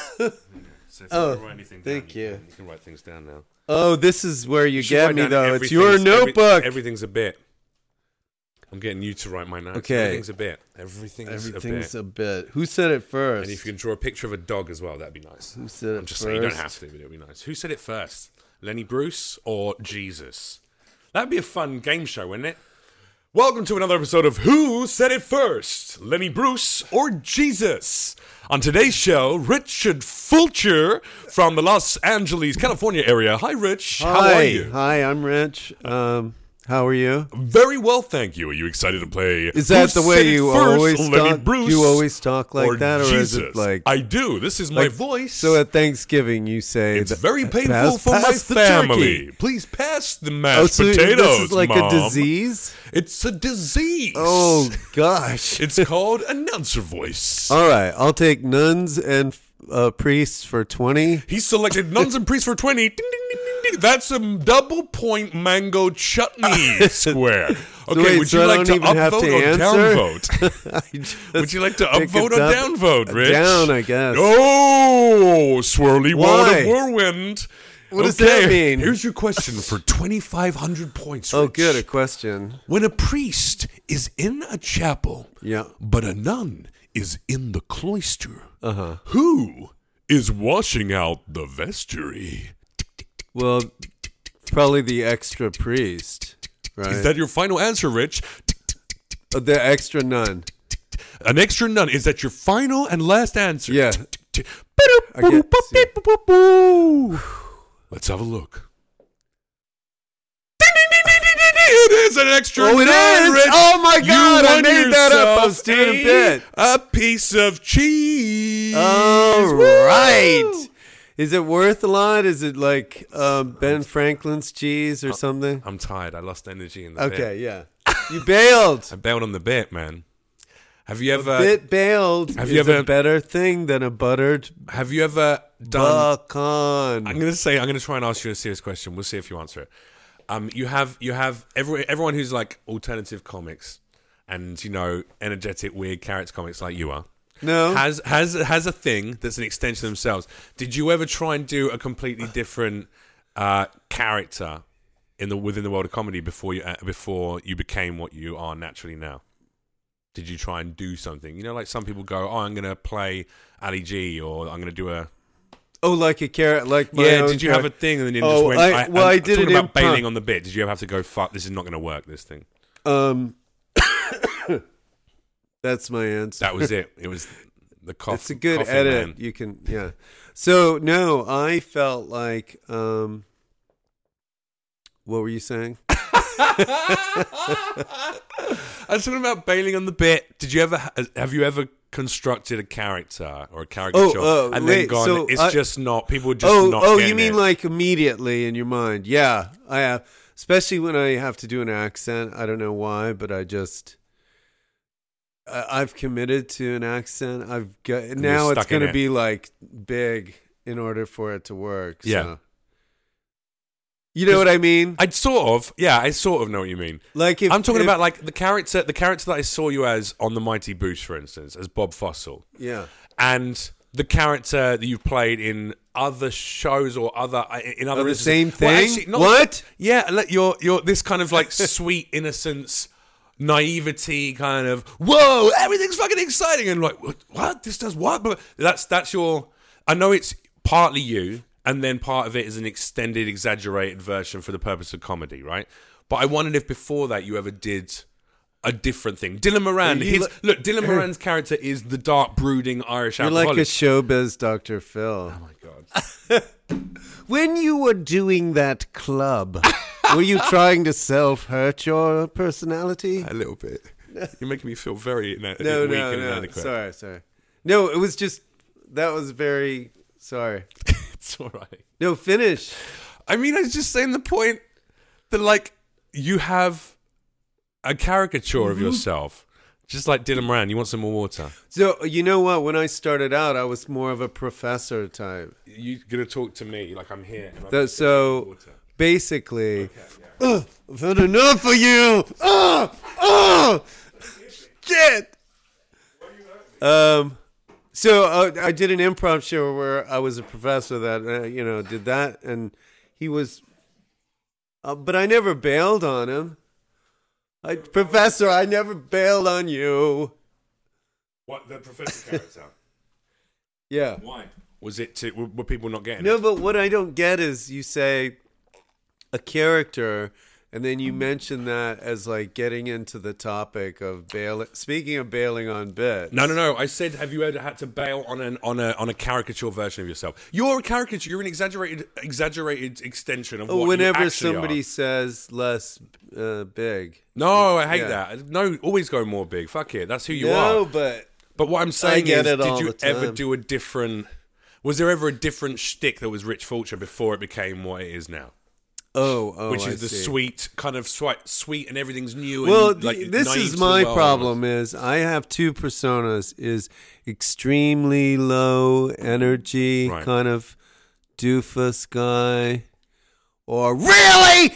Speaker 1: So if
Speaker 2: Oh,
Speaker 1: can write anything
Speaker 2: thank
Speaker 1: down,
Speaker 2: you.
Speaker 1: can- You can write things down now.
Speaker 2: Oh, this is where you
Speaker 1: should
Speaker 2: get
Speaker 1: write
Speaker 2: me
Speaker 1: down
Speaker 2: though.
Speaker 1: everything's-
Speaker 2: It's your
Speaker 1: every-
Speaker 2: notebook.
Speaker 1: everything's a bit. I'm getting you to write my notes.
Speaker 2: Okay.
Speaker 1: Everything's a bit. Everything's,
Speaker 2: Everything's
Speaker 1: a bit.
Speaker 2: a bit. Who said it first?
Speaker 1: and if you can draw a picture of a dog as well, that'd be nice.
Speaker 2: Who said it
Speaker 1: I'm just saying, you don't have
Speaker 2: first?
Speaker 1: to, but it'd be nice. Who said it first? Lenny Bruce or Jesus? That'd be a fun game show, wouldn't it? Welcome to another episode of Who Said It First, Lenny Bruce or Jesus? On today's show, Richard Fulcher from the Los Angeles, California area. Hi, Rich. How are
Speaker 2: hi,
Speaker 1: you?
Speaker 2: hi. I'm Rich. Um, how are you?
Speaker 1: Very well, thank you. Are you excited to play?
Speaker 2: Is that
Speaker 1: Who
Speaker 2: the
Speaker 1: Said It
Speaker 2: way you
Speaker 1: First,
Speaker 2: always
Speaker 1: Lenny
Speaker 2: talk?
Speaker 1: Bruce
Speaker 2: you always talk like
Speaker 1: or
Speaker 2: that, or
Speaker 1: Jesus?
Speaker 2: is it like
Speaker 1: I do. This is my
Speaker 2: like-
Speaker 1: voice.
Speaker 2: So at Thanksgiving, you say
Speaker 1: it's
Speaker 2: that-
Speaker 1: very painful
Speaker 2: pass-
Speaker 1: for my
Speaker 2: pass the
Speaker 1: family.
Speaker 2: turkey.
Speaker 1: Please pass the mashed
Speaker 2: Oh, so
Speaker 1: potatoes,
Speaker 2: this is like
Speaker 1: Mom.
Speaker 2: a disease.
Speaker 1: It's a disease.
Speaker 2: Oh Uh. gosh.
Speaker 1: It's called announcer voice.
Speaker 2: All right, I'll take nuns and uh, priests for twenty.
Speaker 1: He selected Nuns and Priests for 20. Ding, ding, ding, ding, ding. That's a double point mango chutney square. Okay,
Speaker 2: Wait,
Speaker 1: would
Speaker 2: so
Speaker 1: you
Speaker 2: I
Speaker 1: like to
Speaker 2: don't even have
Speaker 1: upvote
Speaker 2: to
Speaker 1: or
Speaker 2: answer?
Speaker 1: downvote?
Speaker 2: I just
Speaker 1: would you like to
Speaker 2: pick
Speaker 1: upvote
Speaker 2: a
Speaker 1: or
Speaker 2: dub-
Speaker 1: downvote,
Speaker 2: a
Speaker 1: Rich?
Speaker 2: Down, I guess.
Speaker 1: Oh, swirly whirl
Speaker 2: Why?
Speaker 1: of whirlwind.
Speaker 2: What does
Speaker 1: Okay,
Speaker 2: that mean?
Speaker 1: Here's your question for 2,500 points.
Speaker 2: Oh,
Speaker 1: Rich.
Speaker 2: good. A question.
Speaker 1: When a priest is in a chapel,
Speaker 2: Yeah.
Speaker 1: but a nun is in the cloister, uh-huh. who is washing out the vestry?
Speaker 2: Well, probably the extra priest, right?
Speaker 1: Is that your final answer, Rich?
Speaker 2: Uh, the extra nun?
Speaker 1: An extra nun. Is that your final and last answer?
Speaker 2: Yeah. can't see
Speaker 1: Let's have a look. It is an extra
Speaker 2: Oh, it
Speaker 1: nun,
Speaker 2: is?
Speaker 1: Rich.
Speaker 2: Oh, my
Speaker 1: You
Speaker 2: God, I
Speaker 1: won
Speaker 2: made that up. I was
Speaker 1: yourself
Speaker 2: doing a bit.
Speaker 1: A piece of cheese.
Speaker 2: All
Speaker 1: Woo!
Speaker 2: right. Is it worth a lot? Is it like um, Ben Franklin's cheese or something?
Speaker 1: I'm tired. Uh, I lost energy in the bit.
Speaker 2: Okay, yeah. You bailed.
Speaker 1: I bailed on the bit, man. Have you ever
Speaker 2: Bit bailed
Speaker 1: Have
Speaker 2: have
Speaker 1: you
Speaker 2: you
Speaker 1: ever-
Speaker 2: a better thing than a buttered
Speaker 1: have you ever done
Speaker 2: pecan.
Speaker 1: I'm gonna say I'm gonna try and ask you a serious question. We'll see if you answer it. Um, you have you have every, everyone who's like alternative comics, and you know energetic weird carrots comics like you are.
Speaker 2: No.
Speaker 1: has has has a thing that's an extension of themselves. Did you ever try and do a completely different uh, character in the within the world of comedy before you uh, before you became what you are naturally now? Did you try and do something? You know, like some people go, "Oh, I'm gonna play Ali G," or "I'm gonna do a
Speaker 2: Oh, like a carrot, like my
Speaker 1: yeah,
Speaker 2: own
Speaker 1: did you
Speaker 2: carrot.
Speaker 1: have a thing and then you just
Speaker 2: Oh,
Speaker 1: went?
Speaker 2: I- well,
Speaker 1: I'm
Speaker 2: I did
Speaker 1: talking
Speaker 2: it in
Speaker 1: about bailing
Speaker 2: punk.
Speaker 1: on the bit. Did you ever have to go? Fuck, this is not going to work. This thing.
Speaker 2: Um, that's my answer.
Speaker 1: That was it. It was the cough.
Speaker 2: It's a good
Speaker 1: coffin
Speaker 2: edit.
Speaker 1: man.
Speaker 2: You can, yeah. So no, I felt like, um, what were you saying?
Speaker 1: I was talking about bailing on the bit. Did you ever? ha- Have you ever constructed a character or a caricature
Speaker 2: oh,
Speaker 1: and then
Speaker 2: wait,
Speaker 1: gone?
Speaker 2: so
Speaker 1: it's
Speaker 2: I-
Speaker 1: just not. People are just
Speaker 2: oh,
Speaker 1: not.
Speaker 2: oh, you
Speaker 1: getting
Speaker 2: mean
Speaker 1: it."
Speaker 2: like immediately in your mind? Yeah, I have. Especially when I have to do an accent. I don't know why, but I just. I- I've committed to an accent. I've got now. It's
Speaker 1: stuck in
Speaker 2: going
Speaker 1: it.
Speaker 2: to be like big in order for it to work.
Speaker 1: Yeah.
Speaker 2: so. You know what I mean?
Speaker 1: I sort of. Yeah, I sort of know what you mean.
Speaker 2: Like if
Speaker 1: I'm talking
Speaker 2: if-
Speaker 1: about like the character, the character that I saw you as on the Mighty Boosh, for instance, as Bob Fossil.
Speaker 2: yeah.
Speaker 1: and the character that you've played in other shows or other uh, in other
Speaker 2: Oh, the
Speaker 1: instances-
Speaker 2: same
Speaker 1: Well,
Speaker 2: thing?
Speaker 1: actually, not-
Speaker 2: What?
Speaker 1: Yeah, like your your this kind of like sweet innocence, naivety, kind of whoa, everything's fucking exciting, and like what, what? this does what? But that's that's your. I know it's partly you, and then part of it is an extended, exaggerated version for the purpose of comedy, right? But I wondered if before that you ever did a different thing. Dylan Moran,
Speaker 2: You
Speaker 1: his,
Speaker 2: look-
Speaker 1: look, Dylan Moran's character is the dark, brooding Irish
Speaker 2: You're like
Speaker 1: alcoholic.
Speaker 2: a showbiz Dr. Phil.
Speaker 1: oh my god!
Speaker 2: When you were doing that club, were you trying to self hurt your personality?
Speaker 1: a little bit. You're making me feel very ina-
Speaker 2: No,
Speaker 1: weak
Speaker 2: no,
Speaker 1: and
Speaker 2: no.
Speaker 1: inadequate.
Speaker 2: Sorry, sorry. No, it was just that was very sorry.
Speaker 1: It's all right.
Speaker 2: No, finish.
Speaker 1: I mean, I was just saying the point that like you have a caricature of yourself, just like Dylan Moran. You want some more water?
Speaker 2: So you know what? When I started out, I was more of a professor type.
Speaker 1: You're gonna talk to me like I'm here. And I'm
Speaker 2: That, so basically, "Ugh, I've had enough of you. Oh, oh, shit. Um, so uh, I did an improv show where I was a professor that uh, you know did that, and he was, uh, but I never bailed on him. I, professor, I never bailed on you.
Speaker 1: what the professor character?
Speaker 2: Yeah.
Speaker 1: Why was it? To, were, were people not getting it?
Speaker 2: No, but what I don't get is you say a character And then you mentioned that as like getting into the topic of bailing. Speaking of bailing on bits,
Speaker 1: No, no, no. I said, have you ever had to bail on an on a on a caricature version of yourself? You're a caricature. You're an exaggerated exaggerated extension of what you
Speaker 2: Whenever
Speaker 1: actually
Speaker 2: somebody
Speaker 1: are.
Speaker 2: says less uh, big,
Speaker 1: No, I hate
Speaker 2: Yeah.
Speaker 1: that. No, always go more big. Fuck it. That's who you
Speaker 2: no,
Speaker 1: are.
Speaker 2: but
Speaker 1: But what I'm saying
Speaker 2: get
Speaker 1: is,
Speaker 2: it all
Speaker 1: did you
Speaker 2: the
Speaker 1: ever
Speaker 2: time.
Speaker 1: do a different? Was there ever a different shtick that was Rich Fulcher before it became what it is now?
Speaker 2: oh, oh
Speaker 1: Which
Speaker 2: I
Speaker 1: is the
Speaker 2: see.
Speaker 1: sweet kind of swi- sweet and everything's new.
Speaker 2: Well,
Speaker 1: and, like,
Speaker 2: th- this
Speaker 1: naive to
Speaker 2: is
Speaker 1: the
Speaker 2: my
Speaker 1: world.
Speaker 2: problem. Is I have two personas: is extremely low energy
Speaker 1: Right.
Speaker 2: kind of doofus guy, or really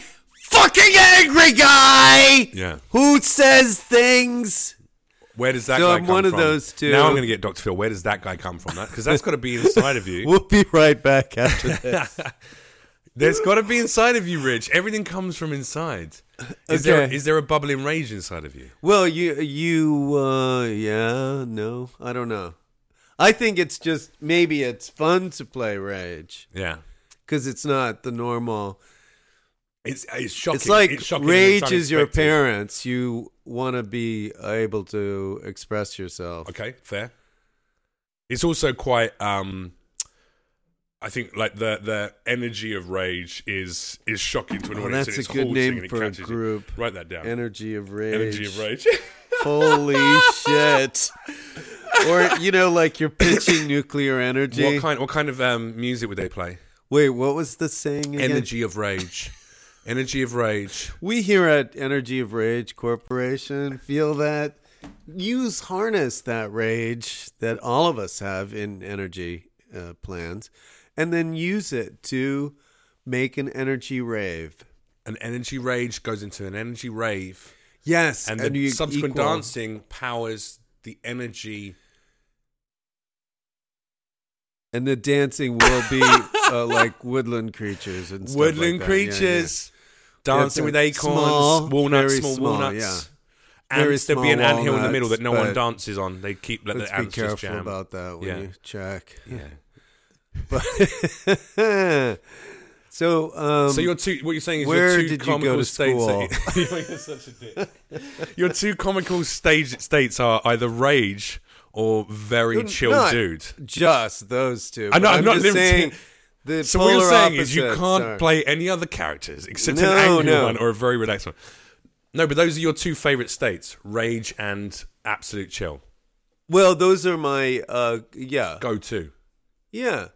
Speaker 2: fucking angry guy
Speaker 1: Yeah.
Speaker 2: who says things.
Speaker 1: Where does that
Speaker 2: So
Speaker 1: guy
Speaker 2: I'm
Speaker 1: come
Speaker 2: one of
Speaker 1: from?
Speaker 2: those two.
Speaker 1: Now I'm going to get Dr. Phil. Where does that guy come from? That because that's got to be inside of you.
Speaker 2: We'll be right back after that.
Speaker 1: There's got to be inside of you, Rich. Everything comes from inside. Is there
Speaker 2: Okay.
Speaker 1: is there a bubbling rage inside of you?
Speaker 2: well, you, you, uh, yeah, no, I don't know. I think it's just maybe it's fun to play Rage
Speaker 1: Yeah.
Speaker 2: because it's not the normal.
Speaker 1: It's it's shocking.
Speaker 2: It's like
Speaker 1: shocking and it's
Speaker 2: rage is your
Speaker 1: unexpected.
Speaker 2: parents. You want to be able to express yourself.
Speaker 1: Okay, fair. It's also quite um I think like the the energy of rage is is shocking to an
Speaker 2: Oh,
Speaker 1: audience.
Speaker 2: that's
Speaker 1: and
Speaker 2: a
Speaker 1: it's
Speaker 2: good
Speaker 1: halting
Speaker 2: name
Speaker 1: and it
Speaker 2: for a
Speaker 1: catches you.
Speaker 2: group.
Speaker 1: Write that down.
Speaker 2: Energy of rage.
Speaker 1: Energy of rage.
Speaker 2: Holy shit! Or you know, like you're pitching nuclear energy.
Speaker 1: what kind what kind of um music would they play?
Speaker 2: Wait, what was the saying again?
Speaker 1: Energy of rage. Energy of rage.
Speaker 2: We here at Energy of Rage Corporation feel that use harness that rage that all of us have in energy uh, plans, and then use it to make an energy rave.
Speaker 1: An energy rage goes into an energy rave.
Speaker 2: Yes,
Speaker 1: and, the
Speaker 2: you
Speaker 1: subsequent
Speaker 2: equal-
Speaker 1: dancing powers the energy.
Speaker 2: and the dancing will be uh, like woodland creatures and stuff like
Speaker 1: Woodland
Speaker 2: that. Yeah, yeah.
Speaker 1: creatures dancing
Speaker 2: Yeah,
Speaker 1: with
Speaker 2: they're
Speaker 1: acorns,
Speaker 2: small,
Speaker 1: walnuts,
Speaker 2: very
Speaker 1: small,
Speaker 2: small,
Speaker 1: walnuts.
Speaker 2: yeah. Very
Speaker 1: Ants, there'd be an
Speaker 2: small
Speaker 1: anthill in the middle that
Speaker 2: walnuts,
Speaker 1: no one
Speaker 2: but
Speaker 1: dances on. They keep let
Speaker 2: Let's
Speaker 1: the
Speaker 2: be
Speaker 1: ants just
Speaker 2: careful
Speaker 1: jam.
Speaker 2: about that when
Speaker 1: Yeah.
Speaker 2: you check.
Speaker 1: yeah.
Speaker 2: But so, um,
Speaker 1: So you're two. What you're saying is
Speaker 2: where
Speaker 1: your two
Speaker 2: did you go
Speaker 1: comical
Speaker 2: to
Speaker 1: states.
Speaker 2: school?
Speaker 1: you're such a dick. Your two comical stage states are either rage or very chill
Speaker 2: not
Speaker 1: dude.
Speaker 2: just those two.
Speaker 1: I know,
Speaker 2: but
Speaker 1: I'm not
Speaker 2: just
Speaker 1: limiting-
Speaker 2: saying. The
Speaker 1: So what you're
Speaker 2: polar
Speaker 1: saying is you
Speaker 2: opposites
Speaker 1: can't
Speaker 2: are-
Speaker 1: play any other characters except
Speaker 2: No,
Speaker 1: an angry
Speaker 2: no.
Speaker 1: one or a very relaxed one. No, but those are your two favorite states: rage and absolute chill.
Speaker 2: Well, those are my uh, yeah,
Speaker 1: Go to.
Speaker 2: yeah,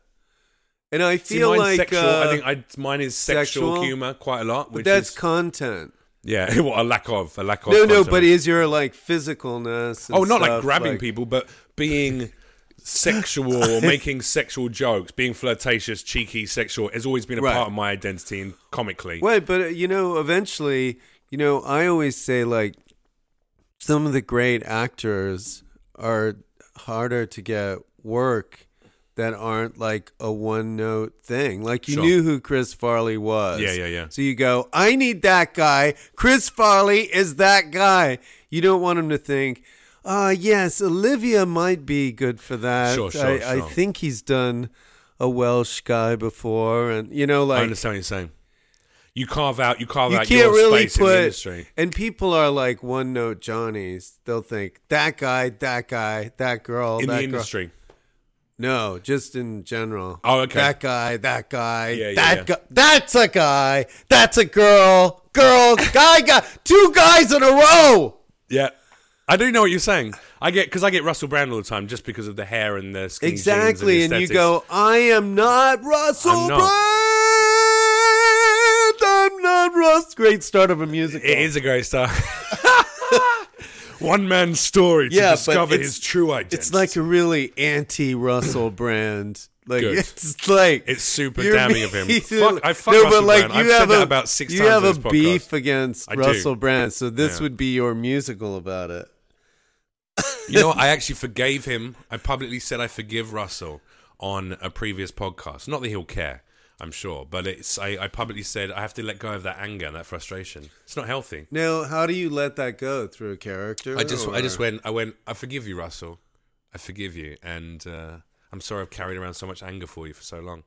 Speaker 2: and I
Speaker 1: See,
Speaker 2: feel
Speaker 1: mine's
Speaker 2: like
Speaker 1: sexual.
Speaker 2: uh,
Speaker 1: I think I, mine is sexual,
Speaker 2: sexual?
Speaker 1: humor quite a lot. Which
Speaker 2: but that's
Speaker 1: is,
Speaker 2: content.
Speaker 1: yeah, what a lack of a lack of.
Speaker 2: No, no,
Speaker 1: content.
Speaker 2: but is your like physicalness? and
Speaker 1: oh, not like
Speaker 2: stuff,
Speaker 1: grabbing people, but being sexual, or making sexual jokes, being flirtatious, cheeky, sexual has always been a
Speaker 2: Right.
Speaker 1: part of my identity and comically.
Speaker 2: Right, but uh, you know, eventually, you know, I always say like some of the great actors are harder to get work that aren't like a one note thing. Like you
Speaker 1: Sure.
Speaker 2: knew who Chris Farley was.
Speaker 1: Yeah, yeah, yeah.
Speaker 2: So you go, I need that guy. Chris Farley is that guy. You don't want him to think, ah, yes, Olivia might be good for that.
Speaker 1: Sure, sure,
Speaker 2: I, I
Speaker 1: sure.
Speaker 2: think he's done a Welsh guy before, and you know,
Speaker 1: I
Speaker 2: like
Speaker 1: understand what you're saying. You carve out, you carve
Speaker 2: you
Speaker 1: out
Speaker 2: can't
Speaker 1: your
Speaker 2: really
Speaker 1: space in the
Speaker 2: put
Speaker 1: industry.
Speaker 2: and people are like one note johnnies they'll think that guy that guy that girl
Speaker 1: in
Speaker 2: that
Speaker 1: the
Speaker 2: girl.
Speaker 1: industry.
Speaker 2: no just in general
Speaker 1: Oh, okay.
Speaker 2: that guy that guy
Speaker 1: Yeah, yeah,
Speaker 2: that
Speaker 1: yeah.
Speaker 2: guy that's a guy that's a girl girl guy guy two guys in a row
Speaker 1: Yeah. I do know what you're saying. I get because I get Russell Brand all the time just because of the hair and the skin.
Speaker 2: exactly and, you go i am not russell
Speaker 1: I'm not.
Speaker 2: brand i'm not russ great start of a musical
Speaker 1: It is a great start. One man's story to
Speaker 2: Yeah, but
Speaker 1: discover
Speaker 2: it's-
Speaker 1: his true identity.
Speaker 2: It's like a really anti Russell brand. Like
Speaker 1: Good.
Speaker 2: it's like
Speaker 1: It's super
Speaker 2: you're
Speaker 1: damning of him.
Speaker 2: mean
Speaker 1: Fuck-
Speaker 2: to-
Speaker 1: I fuck Russell Brand. I've said that about six
Speaker 2: you
Speaker 1: times
Speaker 2: have
Speaker 1: in
Speaker 2: a
Speaker 1: this podcast.
Speaker 2: beef against
Speaker 1: I do.
Speaker 2: Russell Brand, so this
Speaker 1: Yeah.
Speaker 2: would be your musical about it.
Speaker 1: you know, what? I actually forgave him. I publicly said I forgive Russell on a previous podcast. Not that he'll care, I'm sure, but it's I, I publicly said I have to let go of that anger and that frustration. It's not healthy.
Speaker 2: Now, how do you let that go through a character?
Speaker 1: I just I
Speaker 2: or-
Speaker 1: just went I went I forgive you, Russell. I forgive you, and uh, I'm sorry I've carried around so much anger for you for so long.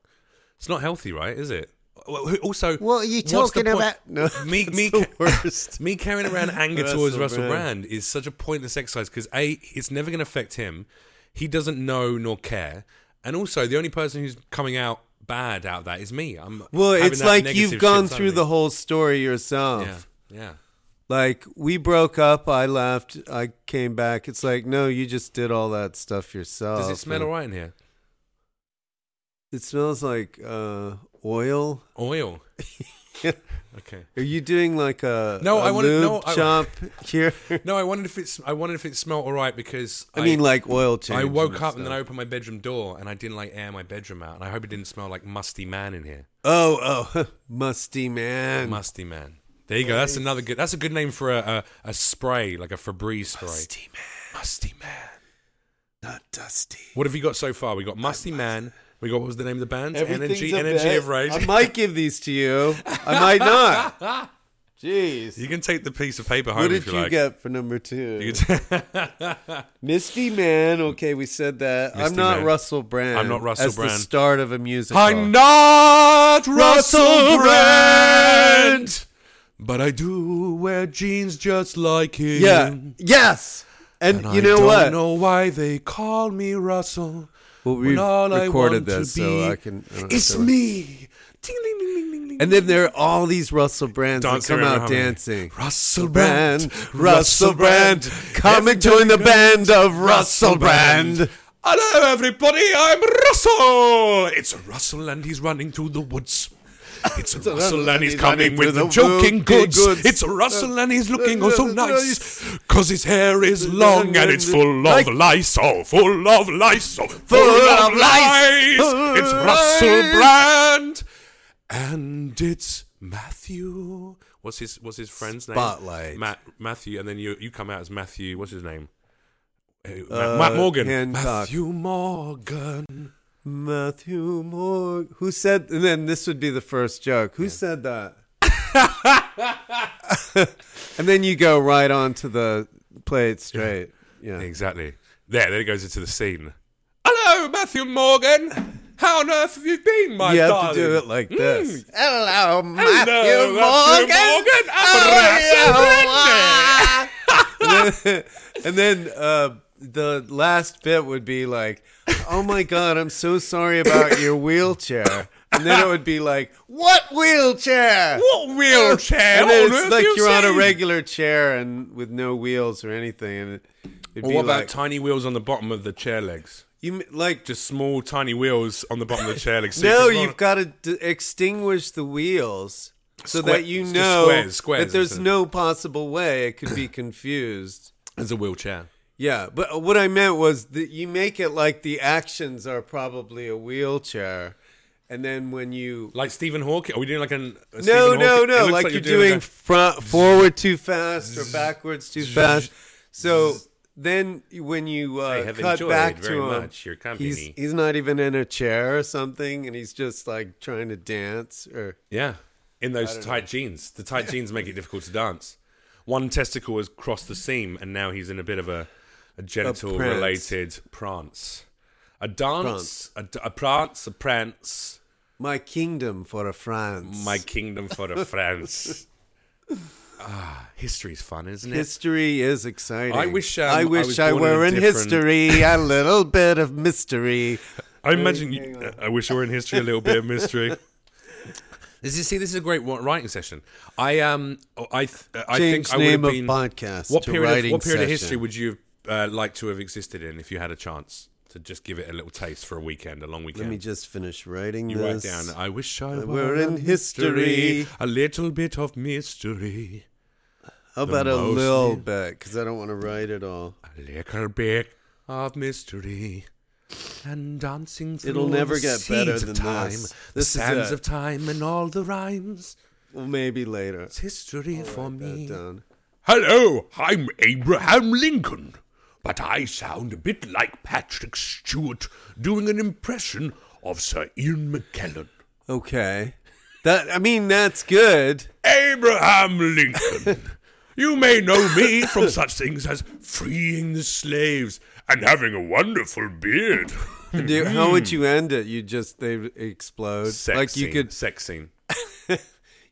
Speaker 1: It's not healthy, right? Is it? Well, who- Also,
Speaker 2: What are you
Speaker 1: what's the
Speaker 2: talking
Speaker 1: point-
Speaker 2: about? No,
Speaker 1: me,
Speaker 2: that's
Speaker 1: me,
Speaker 2: the
Speaker 1: ca-
Speaker 2: worst.
Speaker 1: me carrying around anger
Speaker 2: Russell
Speaker 1: towards Russell
Speaker 2: Brand.
Speaker 1: Brand. is such a pointless exercise because a, it's never going to affect him. He doesn't know nor care, and also the only person who's coming out bad out of that is me. I'm
Speaker 2: Well,
Speaker 1: having
Speaker 2: it's
Speaker 1: that
Speaker 2: like
Speaker 1: negative
Speaker 2: you've
Speaker 1: shit
Speaker 2: gone
Speaker 1: inside
Speaker 2: through
Speaker 1: of
Speaker 2: the
Speaker 1: me.
Speaker 2: whole story yourself.
Speaker 1: yeah, yeah.
Speaker 2: Like we broke up, I left, I came back. It's like no, you just did all that stuff yourself.
Speaker 1: Does it smell
Speaker 2: and-
Speaker 1: alright in here?
Speaker 2: It smells like uh, oil.
Speaker 1: Oil. okay.
Speaker 2: Are you doing like a
Speaker 1: No,
Speaker 2: I
Speaker 1: I wanna- no, I-
Speaker 2: chomp here?
Speaker 1: No, I wondered if it's. I wondered if it smelled alright because
Speaker 2: I mean, like oil change.
Speaker 1: I woke up and then I
Speaker 2: stuff.
Speaker 1: opened my bedroom door and I didn't like air my bedroom out and I hope it didn't smell like musty man in here.
Speaker 2: oh oh musty man.
Speaker 1: Musty man. There you go. That's another good. That's a good name for a a, a spray like a Febreze spray. Musty.
Speaker 2: Musty man,
Speaker 1: man.
Speaker 2: not dusty.
Speaker 1: What have you got so far? We got musty man. We got what was the name of the band?
Speaker 2: Everything's
Speaker 1: Energy,
Speaker 2: a
Speaker 1: energy
Speaker 2: bit-
Speaker 1: of rage.
Speaker 2: I might give these to you. I might not. Jeez.
Speaker 1: you can take the piece of paper home
Speaker 2: what
Speaker 1: if
Speaker 2: did
Speaker 1: you
Speaker 2: you
Speaker 1: like.
Speaker 2: get for number two?
Speaker 1: You can t-
Speaker 2: Misty Man. Okay, we said that. I'm
Speaker 1: Misty
Speaker 2: not
Speaker 1: Man.
Speaker 2: Russell Brand.
Speaker 1: I'm not Russell
Speaker 2: as
Speaker 1: Brand.
Speaker 2: the start of a musical.
Speaker 1: I'm not Russell
Speaker 2: Russell
Speaker 1: Brand, but I do wear jeans just like him.
Speaker 2: Yeah. Yes. And,
Speaker 1: And
Speaker 2: you
Speaker 1: I
Speaker 2: know
Speaker 1: don't
Speaker 2: what?
Speaker 1: know why they call me Russell.
Speaker 2: Well,
Speaker 1: when
Speaker 2: we've
Speaker 1: all
Speaker 2: recorded
Speaker 1: I want
Speaker 2: this,
Speaker 1: to
Speaker 2: so
Speaker 1: be
Speaker 2: I can- I don't have
Speaker 1: it's
Speaker 2: to-
Speaker 1: me. Ding, ding, ding, ding, ding, ding.
Speaker 2: And then there are all these Russell Brands that
Speaker 1: Dancing
Speaker 2: come
Speaker 1: around
Speaker 2: out
Speaker 1: the harmony.
Speaker 2: dancing.
Speaker 1: Russell
Speaker 2: Brand,
Speaker 1: Brand,
Speaker 2: Russell Brand, come and join the band of Russell Brand.
Speaker 1: Hello, everybody. I'm Russell. It's Russell, and he's running through the woods. It's Russell, and he's coming with the joking goods. It's Russell, and he's looking oh so nice. Cause his hair is long and it's full of
Speaker 2: Like-
Speaker 1: Lysol, full of Lysol, full
Speaker 2: of
Speaker 1: of
Speaker 2: lice.
Speaker 1: lice. It's Russell
Speaker 2: Lice.
Speaker 1: Brand, and it's Matthew. What's his What's his friend's name?
Speaker 2: Spotlight.
Speaker 1: Matt Matthew, and then you you come out as Matthew. What's his name? Uh, Matt, Matt Morgan.
Speaker 2: Hancock.
Speaker 1: Matthew Morgan.
Speaker 2: Matthew Moore. Who said? And then this would be the first joke. Who said that? and then you go right on to the play it straight. Yeah.
Speaker 1: Exactly. There, there it goes into the scene. Hello, Matthew Morgan. How on earth have you been, my
Speaker 2: You have
Speaker 1: darling?
Speaker 2: to do it like this. Hello, Matthew
Speaker 1: Hmm. Matthew Morgan. I'm
Speaker 2: Morgan. and then uh, the last bit would be like, "Oh my God, I'm so sorry about your wheelchair." And then it would be like, "What wheelchair?"
Speaker 1: What wheelchair?
Speaker 2: And then
Speaker 1: on
Speaker 2: it's
Speaker 1: earth
Speaker 2: like
Speaker 1: you
Speaker 2: you're on a
Speaker 1: seen?
Speaker 2: regular chair and with no wheels or anything. And it, it'd
Speaker 1: Or
Speaker 2: be
Speaker 1: what about
Speaker 2: like,
Speaker 1: tiny wheels on the bottom of the chair legs?
Speaker 2: you m- like
Speaker 1: Just small, tiny wheels on the bottom of the chair legs. So
Speaker 2: no,
Speaker 1: you can-
Speaker 2: you've got to d- extinguish the wheels so
Speaker 1: Square-
Speaker 2: that you
Speaker 1: just
Speaker 2: know
Speaker 1: squares, squares
Speaker 2: that there's
Speaker 1: instead of-
Speaker 2: no possible way it could be confused.
Speaker 1: It's a wheelchair.
Speaker 2: Yeah, but what I meant was that you make it like the actions are probably a wheelchair, and then when you
Speaker 1: Like Stephen Hawking? Are we doing like an? a
Speaker 2: no
Speaker 1: Stephen
Speaker 2: no
Speaker 1: Hawking- it
Speaker 2: no
Speaker 1: looks
Speaker 2: like, you're, doing,
Speaker 1: like
Speaker 2: front forward too fast or backwards too fast. So then when you
Speaker 1: I
Speaker 2: uh,
Speaker 1: have
Speaker 2: cut
Speaker 1: enjoyed
Speaker 2: back
Speaker 1: very
Speaker 2: to him,
Speaker 1: much your
Speaker 2: he's
Speaker 1: company.
Speaker 2: he's not even in a chair or something, and he's just like trying to dance or
Speaker 1: Yeah, in those tight jeans. The tight jeans make it difficult to dance. One testicle has crossed the seam, and now he's in a bit of a, a genital-related prance, a dance, a d- a prance, a prance.
Speaker 2: my kingdom for a France.
Speaker 1: My kingdom for a France. ah, history's fun, isn't it?
Speaker 2: History is exciting.
Speaker 1: I wish, um, I
Speaker 2: I
Speaker 1: was
Speaker 2: wish I,
Speaker 1: born in a
Speaker 2: were in,
Speaker 1: different-
Speaker 2: history a little bit of mystery.
Speaker 1: I imagine. You, I wish we were in history a little bit of mystery. This is, see, this is a great wa- writing session. I um, I th- I
Speaker 2: Change
Speaker 1: think I would have
Speaker 2: name of
Speaker 1: been,
Speaker 2: podcast
Speaker 1: What
Speaker 2: to
Speaker 1: period? Of,
Speaker 2: writing
Speaker 1: what period of history
Speaker 2: session.
Speaker 1: would you uh, like to have existed in if you had a chance to just give it a little taste for a weekend, a long
Speaker 2: Let
Speaker 1: weekend?
Speaker 2: me just finish writing
Speaker 1: you write
Speaker 2: this.
Speaker 1: down. uh, I wish I were,
Speaker 2: were in history."
Speaker 1: A little bit of mystery.
Speaker 2: How about a
Speaker 1: most-
Speaker 2: little bit? Because I don't want to write it all.
Speaker 1: A little bit of mystery. And dancing through
Speaker 2: It'll never
Speaker 1: the
Speaker 2: get
Speaker 1: seeds
Speaker 2: better
Speaker 1: of
Speaker 2: than
Speaker 1: time,
Speaker 2: this.
Speaker 1: the
Speaker 2: This is
Speaker 1: sands
Speaker 2: it.
Speaker 1: of time, and all the rhymes.
Speaker 2: Well, maybe later.
Speaker 1: It's history for
Speaker 2: That
Speaker 1: me.
Speaker 2: down.
Speaker 1: Hello, I'm Abraham Lincoln, but I sound a bit like Patrick Stewart doing an impression of Sir Ian McKellen.
Speaker 2: Okay. That I mean, that's good.
Speaker 1: Abraham Lincoln. you may know me from such things as freeing the slaves and having a wonderful beard. Hmm.
Speaker 2: Do- How would you end it? You just they explode.
Speaker 1: Sex
Speaker 2: like you
Speaker 1: scene,
Speaker 2: could
Speaker 1: sex scene.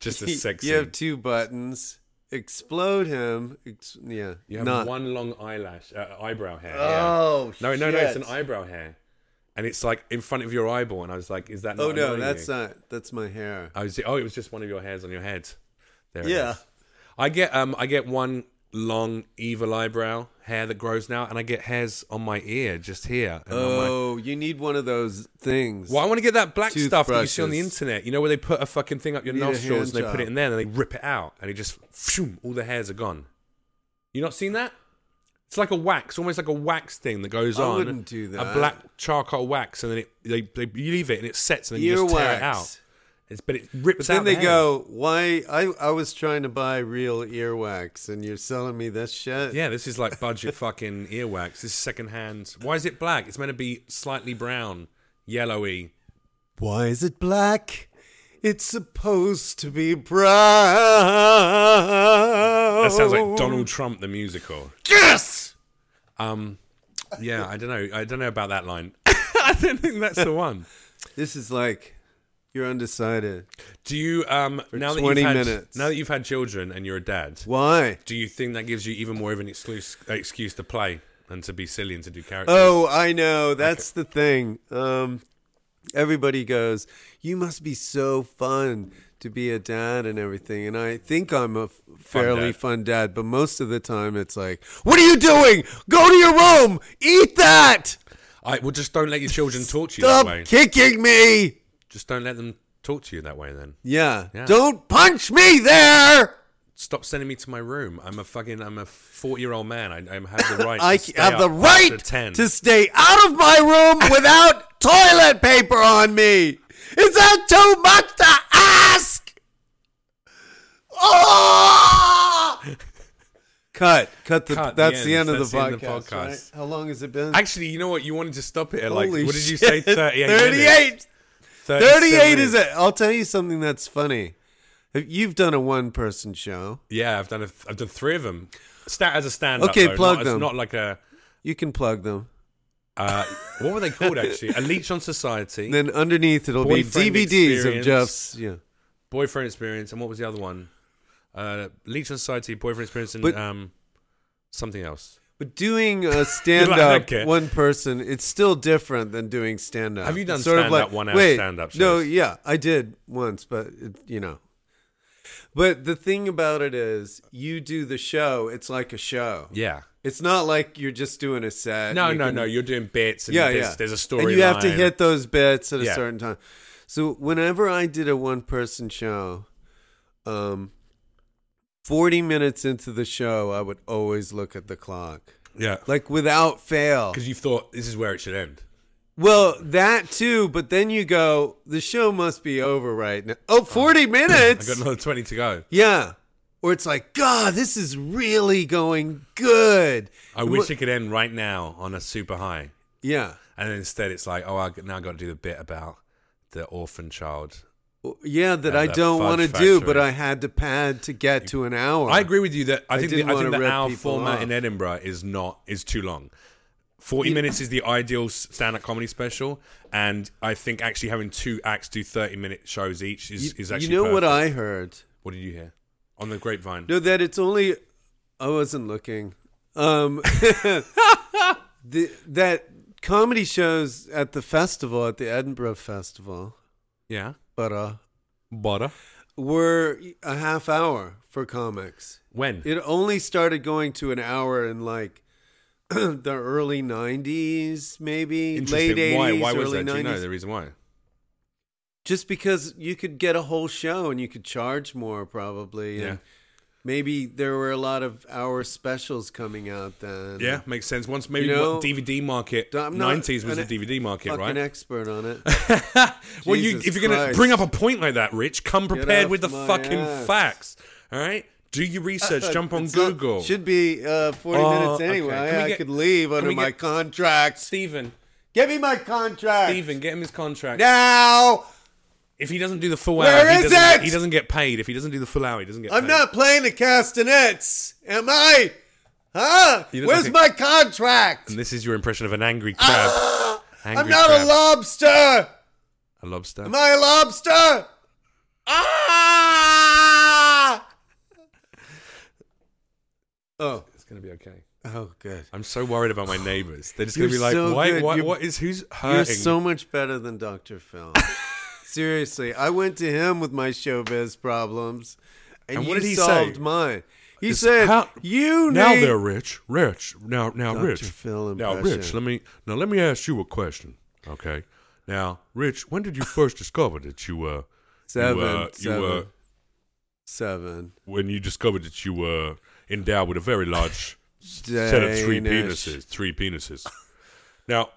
Speaker 1: Just a sex
Speaker 2: You
Speaker 1: scene.
Speaker 2: have two buttons. Explode him. Ex- yeah.
Speaker 1: You have
Speaker 2: Not-
Speaker 1: one long eyelash, uh, eyebrow hair.
Speaker 2: Oh,
Speaker 1: yeah. No, no, no. It's an
Speaker 2: shit.
Speaker 1: eyebrow hair, and it's like in front of your eyeball. And I was like, "Is that?" Not
Speaker 2: Oh no,
Speaker 1: annoying
Speaker 2: that's
Speaker 1: you?
Speaker 2: not. That's my hair.
Speaker 1: I was. Oh, it was just one of your hairs on your head. There. it
Speaker 2: Yeah.
Speaker 1: is. I get um. I get one long evil eyebrow hair that grows now, and I get hairs on my ear, just here. And on my-
Speaker 2: Oh, you need one of those things.
Speaker 1: well, I want to get that black stuff that you see on the
Speaker 2: Toothbrushes.
Speaker 1: internet. You know where they put a fucking thing up your
Speaker 2: Need a
Speaker 1: nostrils and
Speaker 2: hand
Speaker 1: they put it
Speaker 2: job.
Speaker 1: in there, and they rip it out, and it just phew, all the hairs are gone. You not seen that? It's like a wax, almost like a wax thing that goes
Speaker 2: I
Speaker 1: on.
Speaker 2: wouldn't do
Speaker 1: A
Speaker 2: that.
Speaker 1: black charcoal wax, and then it they, they you leave it and it sets, and then you just tear it
Speaker 2: Earwax.
Speaker 1: out. It's, but it rips
Speaker 2: But then
Speaker 1: out.
Speaker 2: they
Speaker 1: the hairs.
Speaker 2: go, "Why? I I was trying to buy real earwax, and you're selling me this shit."
Speaker 1: Yeah, this is like budget fucking earwax. This is secondhand. Why is it black? It's meant to be slightly brown, yellowy.
Speaker 2: Why is it black? It's supposed to be brown.
Speaker 1: That sounds like Donald Trump the musical.
Speaker 2: Yes.
Speaker 1: Um, yeah, I don't know. I don't know about that line. I don't think that's the one.
Speaker 2: This is like you're undecided.
Speaker 1: Do you um now that
Speaker 2: 20
Speaker 1: you've had,
Speaker 2: minutes.
Speaker 1: now that you've had children and you're a dad,
Speaker 2: Why?
Speaker 1: do you think that gives you even more of an excuse excuse to play and to be silly and to do characters?
Speaker 2: Oh, I know. That's the thing. Um, everybody goes, "You must be so fun to be a dad and everything." And I think I'm a f- fairly
Speaker 1: dad.
Speaker 2: fun dad, but most of the time it's like, "What are you doing? Go to your room. Eat that.
Speaker 1: I well, just don't let your children torture you that way.
Speaker 2: Stop kicking me."
Speaker 1: Just don't let them torture you that way. Then
Speaker 2: Yeah.
Speaker 1: Yeah.
Speaker 2: Don't punch me there.
Speaker 1: stop sending me to my room. I'm a fucking I'm a 40 year old man. I, I have the right.
Speaker 2: I
Speaker 1: to stay
Speaker 2: have
Speaker 1: up
Speaker 2: the
Speaker 1: after
Speaker 2: right
Speaker 1: 10.
Speaker 2: to stay out of my room without toilet paper on me. Is that too much to ask? Oh! Cut. Cut the.
Speaker 1: Cut,
Speaker 2: that's
Speaker 1: the
Speaker 2: the
Speaker 1: end,
Speaker 2: end,
Speaker 1: that's
Speaker 2: of the
Speaker 1: the end
Speaker 2: podcast.
Speaker 1: of the podcast.
Speaker 2: right? How long has it been?
Speaker 1: Actually, you know what? You wanted to stop it at like
Speaker 2: Holy
Speaker 1: what did you say?
Speaker 2: shit.
Speaker 1: 38. minutes?
Speaker 2: 38.
Speaker 1: 37
Speaker 2: 38 is
Speaker 1: minutes.
Speaker 2: it. I'll tell you something that's funny. Have- You've done a one person show.
Speaker 1: Yeah, I've done a, I've done three of them. Stat as a stand up.
Speaker 2: Okay, plug
Speaker 1: not,
Speaker 2: them.
Speaker 1: It's not like a
Speaker 2: You can plug them.
Speaker 1: uh, what were they called actually? A leech on society,
Speaker 2: And then underneath it'll
Speaker 1: Boyfriend
Speaker 2: be DVDs of
Speaker 1: experience.
Speaker 2: Jeff's. Yeah.
Speaker 1: boyfriend experience, and what was the other one? Uh, leech on society, boyfriend experience, and
Speaker 2: But-
Speaker 1: um, something else.
Speaker 2: But doing a stand up
Speaker 1: okay.
Speaker 2: one person, it's still different than doing stand up.
Speaker 1: Have you done stand-up one-hour stand-up
Speaker 2: No,
Speaker 1: shows?
Speaker 2: yeah, I did once, but it, you know. But the thing about it is, you do the show, it's like a show.
Speaker 1: Yeah.
Speaker 2: It's not like you're just doing a set.
Speaker 1: No,
Speaker 2: Uh, you
Speaker 1: no,
Speaker 2: can-
Speaker 1: no. You're doing bits. And
Speaker 2: Yeah,
Speaker 1: there's,
Speaker 2: yeah.
Speaker 1: There's a story.
Speaker 2: And you have to
Speaker 1: line.
Speaker 2: hit those bits at a
Speaker 1: Yeah.
Speaker 2: certain time. So whenever I did a one person show, um, 40 minutes into the show, I would always look at the clock.
Speaker 1: Yeah.
Speaker 2: Like without fail.
Speaker 1: Because you thought this is where it should end.
Speaker 2: Well, that too, but then you go, the show must be over right now. Oh, 40
Speaker 1: I
Speaker 2: minutes?
Speaker 1: got another 20 to go.
Speaker 2: yeah. Or it's like, God, this is really going good.
Speaker 1: I wish it could end right now on a super high.
Speaker 2: Yeah.
Speaker 1: And then instead, it's like, oh, I, now i got to do the bit about the orphan child.
Speaker 2: Well, Yeah, that
Speaker 1: Yeah,
Speaker 2: I
Speaker 1: that
Speaker 2: don't
Speaker 1: fudge
Speaker 2: want to do,
Speaker 1: factory.
Speaker 2: but I had to pad to get to an hour.
Speaker 1: I agree with you that I think the,
Speaker 2: didn't
Speaker 1: I think
Speaker 2: wanna
Speaker 1: the
Speaker 2: rip
Speaker 1: hour
Speaker 2: people
Speaker 1: format
Speaker 2: off.
Speaker 1: in Edinburgh is not is too long. Forty minutes is the ideal s- stand-up comedy special, and I think actually having two acts do thirty-minute shows each is,
Speaker 2: You,
Speaker 1: is
Speaker 2: you
Speaker 1: actually.
Speaker 2: know what
Speaker 1: perfect.
Speaker 2: I heard?
Speaker 1: What did you hear on the grapevine?
Speaker 2: No, that it's only. I wasn't looking. Um, the, that comedy shows at the festival, at the Edinburgh Festival,
Speaker 1: Yeah,
Speaker 2: but uh,
Speaker 1: butter.
Speaker 2: were a half hour for comics.
Speaker 1: When?
Speaker 2: It only started going to an hour in like the early '90s, maybe late
Speaker 1: Interesting.
Speaker 2: '80s,
Speaker 1: why? Why was
Speaker 2: early
Speaker 1: that? Do you
Speaker 2: '90s.
Speaker 1: know the reason why?
Speaker 2: Just because you could get a whole show and you could charge more, probably.
Speaker 1: Yeah.
Speaker 2: And maybe there were a lot of hour specials coming out then.
Speaker 1: Yeah, makes sense. Once maybe
Speaker 2: You know,
Speaker 1: what DVD market.
Speaker 2: I'm not
Speaker 1: Nineties was the
Speaker 2: an-
Speaker 1: DVD market,
Speaker 2: Fucking
Speaker 1: right?
Speaker 2: expert on it.
Speaker 1: well, you,
Speaker 2: Jesus
Speaker 1: if you're going to
Speaker 2: Christ.
Speaker 1: bring up a point like that, Rich, come prepared
Speaker 2: off
Speaker 1: with the
Speaker 2: my
Speaker 1: fucking
Speaker 2: ass. Uh,
Speaker 1: facts. All right, do your research. jump on
Speaker 2: It's not-
Speaker 1: Google.
Speaker 2: should be uh, 40
Speaker 1: Oh,
Speaker 2: minutes
Speaker 1: okay.
Speaker 2: anyway.
Speaker 1: Can we
Speaker 2: I
Speaker 1: get-
Speaker 2: could leave
Speaker 1: can
Speaker 2: under
Speaker 1: we
Speaker 2: my
Speaker 1: get-
Speaker 2: contract.
Speaker 1: Stephen,
Speaker 2: Give me my contract
Speaker 1: Stephen, get him his contract.
Speaker 2: now.
Speaker 1: If he doesn't do the full
Speaker 2: Where
Speaker 1: hour, he
Speaker 2: is
Speaker 1: doesn't,
Speaker 2: it?
Speaker 1: he doesn't get paid. If he doesn't do the full hour, he doesn't get.
Speaker 2: I'm
Speaker 1: paid.
Speaker 2: not playing the castanets, am I? Huh?
Speaker 1: You look
Speaker 2: Where's
Speaker 1: like
Speaker 2: my contract?
Speaker 1: And this is your impression of an angry crab. angry
Speaker 2: Ah! I'm not
Speaker 1: crab.
Speaker 2: a lobster.
Speaker 1: A lobster.
Speaker 2: Am I a lobster? Ah! Oh,
Speaker 1: It's going to be okay.
Speaker 2: oh, good.
Speaker 1: I'm so worried about my neighbors. They're just going to
Speaker 2: You're
Speaker 1: be like,
Speaker 2: so
Speaker 1: why,
Speaker 2: good.
Speaker 1: why,
Speaker 2: You're-
Speaker 1: what is, who's hurting?
Speaker 2: You're so much better than Dr. Phil. Seriously, I went to him with my showbiz problems, and,
Speaker 1: And
Speaker 2: you
Speaker 1: what did he
Speaker 2: solved
Speaker 1: say?
Speaker 2: mine. He
Speaker 1: Is-
Speaker 2: said,
Speaker 1: how-
Speaker 2: "You
Speaker 1: now
Speaker 2: need
Speaker 1: they're rich, rich. Now, now,
Speaker 2: Dr.
Speaker 1: rich.
Speaker 2: Phil
Speaker 1: now,
Speaker 2: impression.
Speaker 1: rich. Let me now. Let me ask you a question. Okay. Now, Rich, when did you first discover that you uh,
Speaker 2: seven,
Speaker 1: you, uh,
Speaker 2: seven,
Speaker 1: you uh,
Speaker 2: seven.
Speaker 1: when you discovered that you were endowed with a very large s-
Speaker 2: Day
Speaker 1: set of three
Speaker 2: Nash.
Speaker 1: penises, three penises. Now,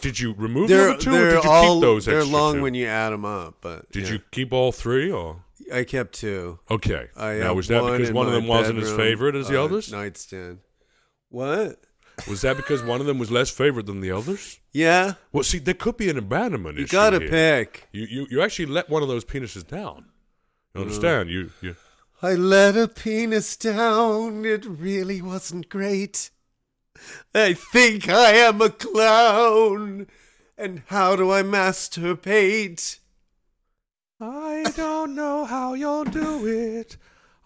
Speaker 1: did you remove the
Speaker 2: They're,
Speaker 1: other two, or
Speaker 2: they're
Speaker 1: did you
Speaker 2: all
Speaker 1: keep those?
Speaker 2: they're
Speaker 1: extra
Speaker 2: long
Speaker 1: two?
Speaker 2: when you add them up, but
Speaker 1: Did
Speaker 2: yeah.
Speaker 1: you keep all three, or
Speaker 2: I kept two.
Speaker 1: okay?
Speaker 2: I
Speaker 1: now,
Speaker 2: have
Speaker 1: was that because
Speaker 2: in
Speaker 1: one of
Speaker 2: my
Speaker 1: them wasn't as
Speaker 2: bedroom,
Speaker 1: favorite as the
Speaker 2: uh,
Speaker 1: others?
Speaker 2: Nightstand. What?
Speaker 1: Was that because one of them was less favored than the others?
Speaker 2: Yeah,
Speaker 1: Well, see, there could be an abandonment
Speaker 2: you
Speaker 1: issue.
Speaker 2: gotta
Speaker 1: here.
Speaker 2: pick.
Speaker 1: You, you you actually let one of those penises down. You understand? You you
Speaker 2: I let a penis down. It really wasn't great. I think I am a clown. And how do I masturbate?
Speaker 1: I don't know how you'll do it.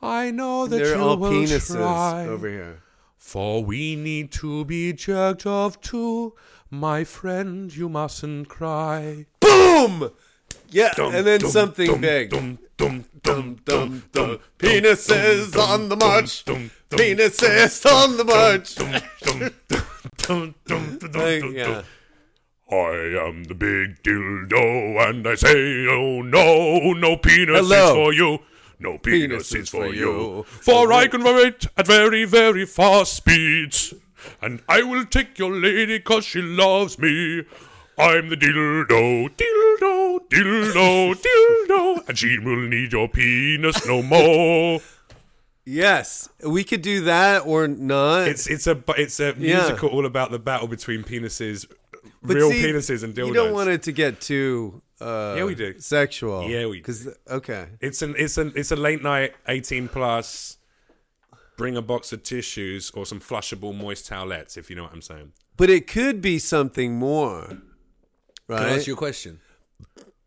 Speaker 1: I know that
Speaker 2: They're
Speaker 1: you
Speaker 2: all
Speaker 1: will
Speaker 2: penises
Speaker 1: try.
Speaker 2: over here.
Speaker 1: For we need to be jerked off too, my friend. You mustn't cry.
Speaker 2: Boom! Yeah,
Speaker 1: Dum,
Speaker 2: and then
Speaker 1: dum,
Speaker 2: something
Speaker 1: dum,
Speaker 2: big.
Speaker 1: Dum, dum, dum,
Speaker 2: dum,
Speaker 1: dum,
Speaker 2: dum.
Speaker 1: dum,
Speaker 2: Penises on the march. Penises on the march. Like, yeah.
Speaker 1: march. I am the big dildo, and I say, oh no, no penis
Speaker 2: Hello.
Speaker 1: is for you. No penis,
Speaker 2: Penis
Speaker 1: is for you.
Speaker 2: you.
Speaker 1: For I can vibrate at very, very fast speeds. And I will take your lady cause she loves me. I'm the dildo, dildo, dildo, dildo. And she will need your penis no more.
Speaker 2: Yes, we could do that or not.
Speaker 1: It's it's a it's a
Speaker 2: Yeah.
Speaker 1: musical all about the battle between penises,
Speaker 2: But
Speaker 1: real
Speaker 2: see,
Speaker 1: penises and dildos.
Speaker 2: You don't want it to get too. Uh,
Speaker 1: Yeah, we do.
Speaker 2: Sexual.
Speaker 1: Yeah, we do.
Speaker 2: Because okay,
Speaker 1: It's an it's an it's a late night eighteen plus. Bring a box of tissues or some flushable moist towelettes, if you know what I'm saying.
Speaker 2: but it could be something more, right?
Speaker 1: a question?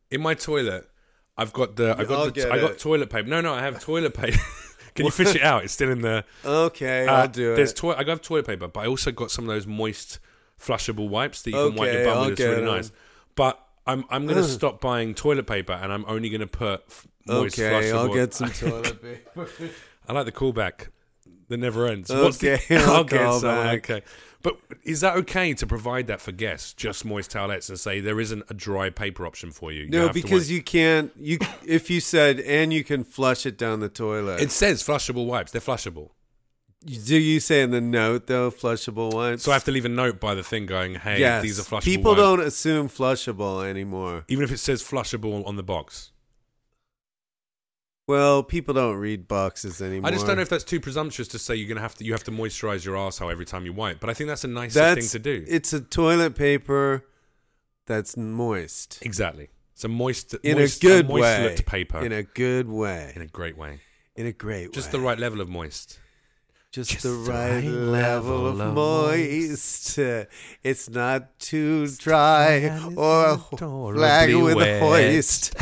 Speaker 1: In my toilet, I've got the I
Speaker 2: I'll
Speaker 1: got the,
Speaker 2: get
Speaker 1: I
Speaker 2: it.
Speaker 1: got toilet paper. No, no, I have toilet paper. Can you fish it out? It's still in the.
Speaker 2: okay,
Speaker 1: Uh,
Speaker 2: I'll do
Speaker 1: There's
Speaker 2: it.
Speaker 1: toi- I have toilet paper, but I also got some of those moist flushable wipes that you can wipe
Speaker 2: Okay,
Speaker 1: your bum
Speaker 2: I'll
Speaker 1: with. It's
Speaker 2: get
Speaker 1: really
Speaker 2: them.
Speaker 1: nice. But I'm I'm gonna stop buying toilet paper, and I'm only gonna put f- moist
Speaker 2: okay,
Speaker 1: flushable.
Speaker 2: I'll get some toilet paper.
Speaker 1: I like the callback that never ends.
Speaker 2: Okay, I'll call
Speaker 1: some,
Speaker 2: back.
Speaker 1: Okay, but is that okay to provide that for guests? Just moist towelettes and say there isn't a dry paper option for you. You
Speaker 2: No,
Speaker 1: have to
Speaker 2: because
Speaker 1: wipe-
Speaker 2: you can't. You if you said and you can flush it down the toilet.
Speaker 1: it says flushable wipes. They're flushable,
Speaker 2: do you say in the note though flushable wipes?
Speaker 1: so I have to leave a note by the thing going, "Hey,
Speaker 2: Yes.
Speaker 1: these are flushable."
Speaker 2: People
Speaker 1: wipes.
Speaker 2: don't assume flushable anymore.
Speaker 1: even if it says flushable on the box.
Speaker 2: Well, people don't read boxes anymore.
Speaker 1: I just don't know if that's too presumptuous to say you're gonna have to you have to moisturize your asshole every time you wipe. But I think that's a nicer thing to do.
Speaker 2: It's a toilet paper that's moist
Speaker 1: exactly. It's a moist,
Speaker 2: in
Speaker 1: moist
Speaker 2: a good way.
Speaker 1: moist-lipped paper
Speaker 2: In a good way.
Speaker 1: in a great way,
Speaker 2: In a great
Speaker 1: just
Speaker 2: way.
Speaker 1: the right level of moist.
Speaker 2: Just,
Speaker 1: just
Speaker 2: the
Speaker 1: the
Speaker 2: right,
Speaker 1: right
Speaker 2: level of
Speaker 1: level of
Speaker 2: moist. It's not too dry or
Speaker 1: adorably
Speaker 2: flag with a
Speaker 1: wet.
Speaker 2: hoist.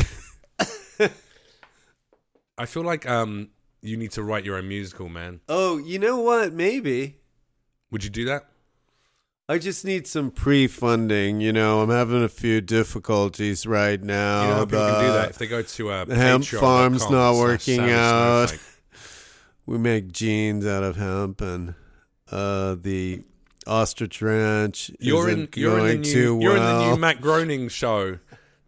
Speaker 1: I feel like um you need to write your own musical, man.
Speaker 2: Oh, you know what? Maybe.
Speaker 1: Would you do that?
Speaker 2: I just need some pre-funding, you know. I'm having a few difficulties right now.
Speaker 1: You know how people can do
Speaker 2: The-
Speaker 1: that if they go to uh,
Speaker 2: the hemp
Speaker 1: patreon.com
Speaker 2: farm's not
Speaker 1: slash
Speaker 2: working
Speaker 1: Sarah
Speaker 2: out.
Speaker 1: Snowflake.
Speaker 2: we make jeans out of hemp and uh, the ostrich ranch
Speaker 1: You're in
Speaker 2: isn't
Speaker 1: you're
Speaker 2: going
Speaker 1: in the new
Speaker 2: too well.
Speaker 1: you're in the new Matt Groening show,